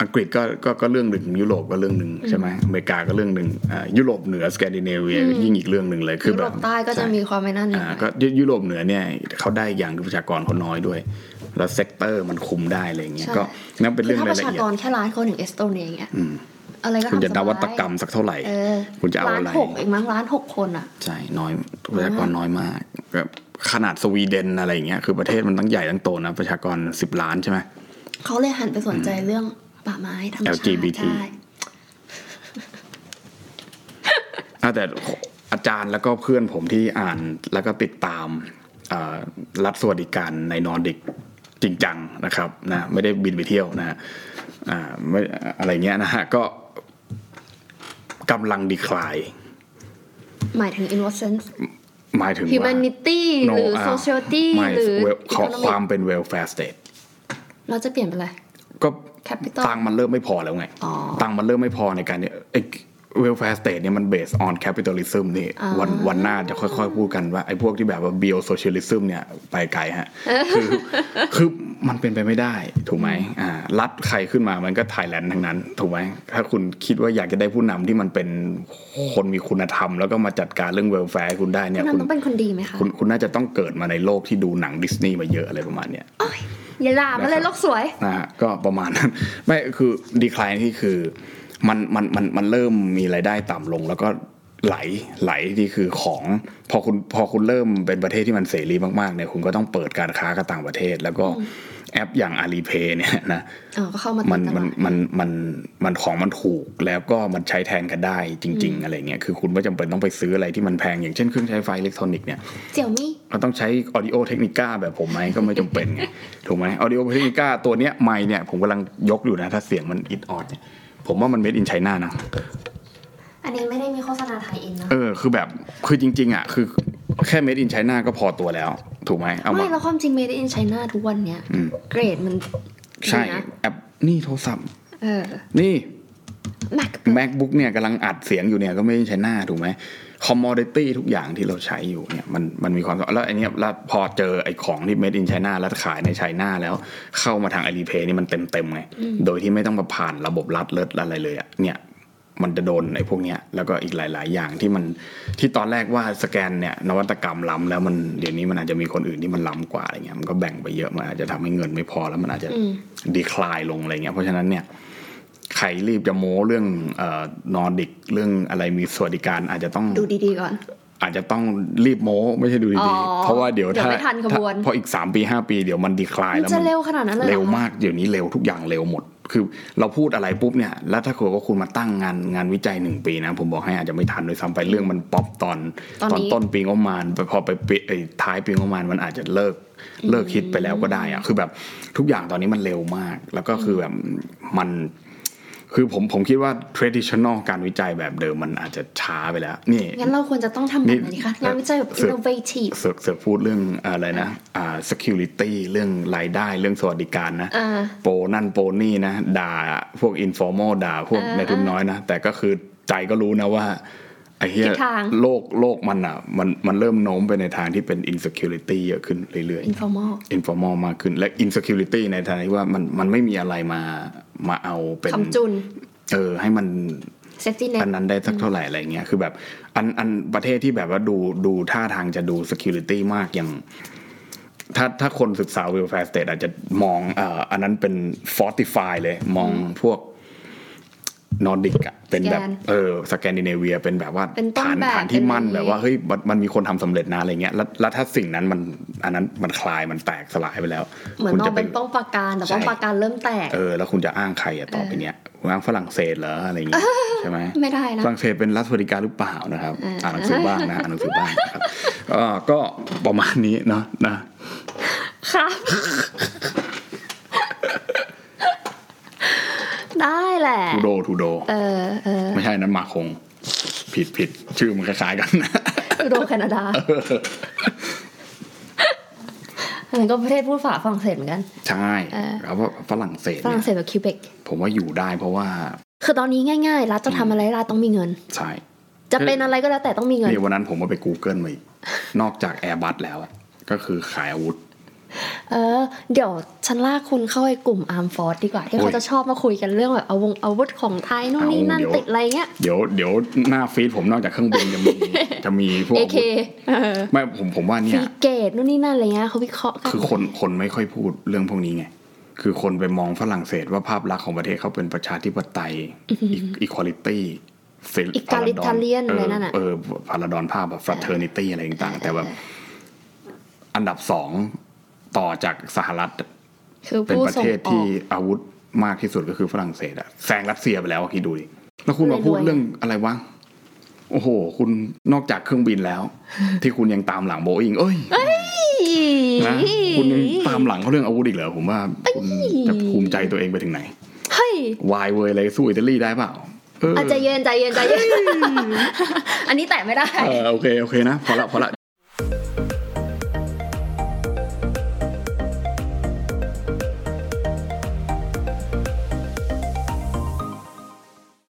Speaker 1: อังกฤษก็ก็ก็เรื่องหนึ่งยุโรปก็เรื่องหนึ่งใช่ไหมอเมริกาก็เรื่องหนึ่งอ่ายุโรปเหนือสแกนดิเนเวีย
Speaker 2: อืม
Speaker 1: ยิ่งอีกเรื่องหนึ่งเลยคือ
Speaker 2: ยุ
Speaker 1: แบ
Speaker 2: โร
Speaker 1: บ
Speaker 2: ปใต้ก็จะ
Speaker 1: ใช่
Speaker 2: มีความไม่น่าหนึ่ง
Speaker 1: อ่าก็ยุยุโรปเหนือเนี่ยเขาได้อย่างคือประชากรเขาน้อยด้วย แล้วเซกเตอร์มันคุมได้อะไรอย่างเงี้ย
Speaker 2: ใช่
Speaker 1: ก็นั่นเป็น
Speaker 2: คื
Speaker 1: เรื่
Speaker 2: อ
Speaker 1: องรา
Speaker 2: ถ้าป
Speaker 1: ยละ
Speaker 2: ระชา
Speaker 1: เอีย
Speaker 2: ก
Speaker 1: ด
Speaker 2: รแค่ล้านคนอย่างเอสโตเนียอย่างเงี้ย
Speaker 1: อืม
Speaker 2: อะไรก็ทำ
Speaker 1: คุณจะ
Speaker 2: ส
Speaker 1: น
Speaker 2: บาย
Speaker 1: วัตกรรมสักเท่าไหร่
Speaker 2: เออ
Speaker 1: คุณจะเอา
Speaker 2: ล้าน
Speaker 1: อะไร
Speaker 2: หกเองมั้งล้านหกคนอ่ะ
Speaker 1: ใช่น้อยประชากรน้อยมากแบบขนาดสวีเดนอะไรอย่างเงี้ยคือประเทศมันตั้งใหญ่ตั้งโตนะ ประชากร 10 ล้านใช่ไหม
Speaker 2: เขาเลยหันไปสนใจเรื่องป่าไม้ธรรมชาติ
Speaker 1: LGBT
Speaker 2: ได้
Speaker 1: อ่ะแต่อาจารย์แล้วก็เพื่อนผมที่อ่านแล้วก็ติดตามอ่ารัฐสวัสดิการในนอร์ดิกจริงจังนะครับนะไม่ได้บินไปเที่ยวนะฮะอ่าไม่อะไรเงี้ยนะฮะก็กำลังดีคลาย
Speaker 2: หมายถึง innocence
Speaker 1: หมายถึงว่า
Speaker 2: humanity ห
Speaker 1: no
Speaker 2: รือ
Speaker 1: า
Speaker 2: society
Speaker 1: ไม่
Speaker 2: หรือ
Speaker 1: เวลขอ
Speaker 2: economic
Speaker 1: ความเป็น welfare state
Speaker 2: เราจะเปลี่ยนเป็นอะไร
Speaker 1: ก็
Speaker 2: capital
Speaker 1: ตังค์มันเริ่มไม่พอแล้วไง
Speaker 2: อ๋อ
Speaker 1: ตังค์มันเริ่มไม่พอในการเนี่ยเวลแฟร์สเตทเนี่ยมันเบสออนแคปิตอลิซึมนี่
Speaker 2: อ่า
Speaker 1: วันวันหน้าจะค่อยๆ พูดกันว่า ไอ้พวกที่แบบว่าเบีย s โซเชียลิซึมเนี่ย ไปไกล
Speaker 2: <laughs>
Speaker 1: ฮะ คือคือมันเป็นไปไม่ได้ ถูกไหมอ่ารัฐใครขึ้นมามันก็ไทยแลนด์ทั้งนั้น ถูกไหม ถ้าคุณคิดว่าอยากจะได้ผู้นำที่มันเป็นคนมีคุณธรรม แล้วก็มาจัดการเรื่องเวลแฟร์คุณได้เนี่ย
Speaker 2: คุณ
Speaker 1: คุณ
Speaker 2: นำต้องเป็นคนดีไหมคะ
Speaker 1: คุณคุณน่าจะต้องเกิดมาในโลกที่ดูหนังดิสนีย์มาเยอะอะไรประมาณเนี้ย
Speaker 2: โอ้ยอย่าลามาเลยโลกสวย
Speaker 1: นะฮะก็ประมาณนั้น <laughs> ไม่คือดีคลายที่คือมันมันมันมันเริ่มมีรายได้ต่ำลง แล้วก็ไหลไหลที่คือของพอคุณพอคุณเริ่มเป็นประเทศที่มันเสรีมากๆเนี่ยคุณก็ต้องเปิดการค้ากับต่างประเทศ แล้วก็แอปอย่าง Alipay เนี่ยนะ
Speaker 2: อ๋อ ก็เข้ามาติด
Speaker 1: มัน
Speaker 2: ต
Speaker 1: มั
Speaker 2: ลานด
Speaker 1: มันมันมันของมันถูกแล้วก็มันใช้แทนกันได้จริง ๆ อะไรเงี้ยคือคุณไม่จำเป็นต้องไปซื้ออะไรที่มันแพงอย่างเช่นเครื่องใช้ไฟอิเล็กทรอนิกส์เนี่ย
Speaker 2: เจียวมี่
Speaker 1: เราต้องใช้ audio technica แบบผมไหมก็ไม่จำเป็นไง ถูกไหม audio technica ตัวเนี้ยไมค์เนี่ยผมกำลังยกอยู่นะ ถ้าเสียงมันอิดออดเนี่ยผมว่ามัน made in China นะ
Speaker 2: อันนี้ไม่ได้มีโฆษณาไทยอินนะ
Speaker 1: เออ คือแบบ คือจริง ๆ อ่ะ คือแค่ made in China ก็พอตัวแล้ว ถูกไหมเอามา
Speaker 2: ไม่ แล้วความจริง made in China ทุกวันเนี้ย
Speaker 1: อืม
Speaker 2: เกรดมัน
Speaker 1: ใช่
Speaker 2: ดีนะ
Speaker 1: แอปนี่โทรศัพท์
Speaker 2: เออ
Speaker 1: นี่
Speaker 2: Mac
Speaker 1: macbook เนี่ยกำลังอัดเสียงอยู่เนี่ยก็ไม่ใช่ หน้าถูกไหม commodity ทุกอย่างที่เราใช้อยู่เนี่ยมันมันมีความแล้วไอเนี้ยแล้วพอเจอไอของที่ made in China แล้วขายในไชน่าแล้วเข้ามาทาง Alipay นี่มันเต็มเต็มๆไง โดยที่ไม่ต้องมาผ่านระบบรัฐเลิศอะไรเลยอะเนี่ย มันจะโดนในพวกเนี้ยแล้วก็อีกหลาย ๆ อย่างที่มันที่ตอนแรกว่าสแกนเนี่ยนวัตกรรมล้ำแล้วมันเดี๋ยวนี้มันอาจจะมีคนอื่นที่มันล้ำกว่าอะไรเงี้ยมันก็แบ่งไปเยอะมันอาจจะทำให้เงินไม่พอแล้วมันอาจจะ
Speaker 2: อืม
Speaker 1: ดีคลายลงอะไรเงี้ยเพราะฉะนั้นเนี่ย ใครรีบจะโม้เรื่องนอร์ดิกเรื่องอะไรมีสวัสดิการอาจจะต้อง
Speaker 2: ดูดีๆก่อน
Speaker 1: อาจจะต้องรีบโม้ไม่ใช่ดู
Speaker 2: อ๋
Speaker 1: ดี
Speaker 2: อ
Speaker 1: ๆเพราะว่าเดี๋ยว
Speaker 2: เดี๋ยว
Speaker 1: ถ้า
Speaker 2: ไม่ทันขบวน
Speaker 1: ถ้าเพราะอีก 3 ปี 5 ปีเดี๋ยวมันดีคลาย
Speaker 2: มัน
Speaker 1: แล้ว
Speaker 2: จะ
Speaker 1: มัน
Speaker 2: เร็วขนาดนั้นเลยหอ
Speaker 1: เร็วมากเดี๋ยวนี้เร็วทุกอย่างเร็วหมด คือเราพูดอะไรปุ๊บเนี่ยแล้วถ้าเกิดว่าคุณมาตั้งงานงานวิจัยหนึ่งปีนะ ผมบอกให้อาจจะไม่ทันด้วยซ้ำไปเรื่องมันป๊อปตอน
Speaker 2: ตอนนี้
Speaker 1: ต้นปีงบประมาณไปพอไปปีไอ้ท้ายปีงบประมาณมันอาจจะเลิกเลิกคิดไปแล้วก็ได้อะคือแบบทุกอย่างตอนนี้มันเร็วมาก แล้วก็คือแบบมัน คือผมผมคิดว่า traditional การวิจัยแบบเดิมมันอาจจะช้าไปแล้ว นี่
Speaker 2: งั้นเราควรจะต้องทำแบบไหน
Speaker 1: นี่
Speaker 2: ดีคะงานวิจัยแบบ
Speaker 1: เสือก
Speaker 2: innovative
Speaker 1: เสือกเสือกพูดเรื่องอะไรนะอ่า security เรื่องรายได้เรื่องสวัสดิการนะ
Speaker 2: อ่า
Speaker 1: โปรนั่นโปรนี่นะ ด่าพวก informal ด่าพวก
Speaker 2: อ่า
Speaker 1: ในทุนน้อยนะ แต่ก็คือใจก็รู้นะว่า ไอ้เหี้ย
Speaker 2: ทิศทาง
Speaker 1: โลกโลกมันอ่ะ มันมันเริ่มโน้มไปในทางที่เป็น insecurity เยอะขึ้นเรื่อยๆ
Speaker 2: informal
Speaker 1: อินฟอร์มอลมากขึ้นและ insecurity ในทางที่ว่ามันมันไม่มีอะไรมามาเอาเป็น
Speaker 2: คำจุน
Speaker 1: เออให้มัน
Speaker 2: safety net
Speaker 1: อันนั้นได้สักเท่าไหร่อะไรเงี้ย คือแบบอันอันประเทศที่แบบว่าดูดูท่าทางจะดู security มากอย่าง ถ้าถ้าคนศึกษา welfare state อาจจะมองเอ่ออันนั้นเป็น fortify เลย มองพวกนอร์ดิกอะเป็นแบบ
Speaker 2: สแกน
Speaker 1: เออสแกนดิเนเวียเป็นแบบว่า
Speaker 2: เป็นต้น
Speaker 1: ฐาน
Speaker 2: แบบ
Speaker 1: ฐานที่
Speaker 2: เป็น
Speaker 1: มั่น
Speaker 2: อย่างนี้
Speaker 1: แบบว่าเฮ้ยมันมันมีคนทำสำเร็จนะอะไรเงี้ยแล้วแล้วถ้าสิ่งนั้นมันอันนั้นมันคลายมันแตกสลายไปแล้ว
Speaker 2: เหมือน
Speaker 1: คุณ
Speaker 2: มอง
Speaker 1: จะไป
Speaker 2: เป็นป้องปราการแต่
Speaker 1: ใช่
Speaker 2: ป้องปราการเริ่มแตก
Speaker 1: เออแล้วคุณจะอ้างใครอะต่อไปเนี้ยคุณอ้างฝรั่งเศสเหรออะไรเงี้ยใช่ไหม
Speaker 2: ไม่ได้นะ
Speaker 1: ฝรั่งเศสเป็นรัฐสวัสดิการหรือเปล่านะครับ
Speaker 2: อ่า
Speaker 1: อ่านหนังสือบ้างนะอ่านหนังสือบ้าง
Speaker 2: <laughs>
Speaker 1: นะครับเอ่อก็ประมาณนี้เนาะนะ
Speaker 2: ครับ ได้แหละ
Speaker 1: ทูโดทูโด
Speaker 2: เออเออ
Speaker 1: ไม่ใช่นั้นมาคง ผิดผิดชื่อมันคล้ายๆกันนะ <laughs>
Speaker 2: ยูโรแคนาดาอันนั้นก็ประเทศพูดฝาฝรั่งเศสเหมือนกัน
Speaker 1: ใช่
Speaker 2: เออ
Speaker 1: แล้วว่าฝรั่งเศส
Speaker 2: ฝรั่งเศ
Speaker 1: เนี่ย
Speaker 2: สแบบคิวเบก
Speaker 1: ผมว่าอยู่ได้เพราะว่า
Speaker 2: คือตอนนี้ง่ายๆ รัฐจะทำอะไรรัฐต้องมีเงิน
Speaker 1: ใช่
Speaker 2: จะเป็นอะไรก็แล้วแต่ต้องมีเงิน
Speaker 1: นี่วันนั้นผมก็ไป Google มาอีก นอกจากแอร์บัสแล้วอะก็คือขายอาวุธ
Speaker 2: เออ เดี๋ยวฉันลากคุณเข้าไอ้กลุ่มอาร์มฟอร์สดีกว่า ที่
Speaker 1: โอ้ย
Speaker 2: เขาจะชอบมาคุยกันเรื่องแบบเอาวงอาวุธของไทยนู่นนี่
Speaker 1: เอา
Speaker 2: นั่น
Speaker 1: เดี๋ยว
Speaker 2: ติดอะไรเงี้ย
Speaker 1: เดี๋ยวเดี๋ยวหน้าฟีดผมนอกจากเครื่องบินจะมีจะมีพวกอา
Speaker 2: AK
Speaker 1: วุธ
Speaker 2: เออ
Speaker 1: ไม่ผมผมว่าเนี่
Speaker 2: ฟรี
Speaker 1: ย
Speaker 2: เกตนู่นนี่นั่นอะไรเงี้ยเขาวิเคราะห์กัน
Speaker 1: คือคนคนไม่ค่อยพูดเรื่องพวกนี้ไง คือคนไปมองฝรั่งเศสว่าภาพลักษณ์ของประเทศเขาเป็นประชาธิปไตยอีควอลิตี้
Speaker 2: Egalitarian อะไรนั่นน่ะ
Speaker 1: เออพาราดอนภาพแบบฟรัตเทอร์นิตี้อะไรต่างๆ แต่แบบอันดับสองต่อจากสหรัฐ
Speaker 2: คือ
Speaker 1: เป็น
Speaker 2: ผู้
Speaker 1: ประ
Speaker 2: ส่ง
Speaker 1: เทศ
Speaker 2: ออ
Speaker 1: ที่
Speaker 2: ก
Speaker 1: อาวุธมากที่สุดก็คือฝรั่งเศสอะแซงรัสเซียไปแล้วอะคิดดูดิแล้วคุณมาพูด
Speaker 2: เลยด้วย
Speaker 1: เรื่องอะไรวะ โอ้โห คุณนอกจากเครื่องบิน
Speaker 2: <laughs>
Speaker 1: แล้ว ที่คุณยังตามหลังโบอิงเอ้ย นะคุณยังตามหลังเขาเรื่องอาวุธอีกเหรอผมว่าคุณจะภูมิใจตัวเองไปถึงไหน
Speaker 2: เฮ้ยว
Speaker 1: ายเวยอะไรสู้อิตาลีได้เปล่าเออ
Speaker 2: <laughs> อาจจะเย็นใจเย็นใจเย็น อันนี้แตะไม่ได้
Speaker 1: เออโอเคโอเคนะพอละพอละ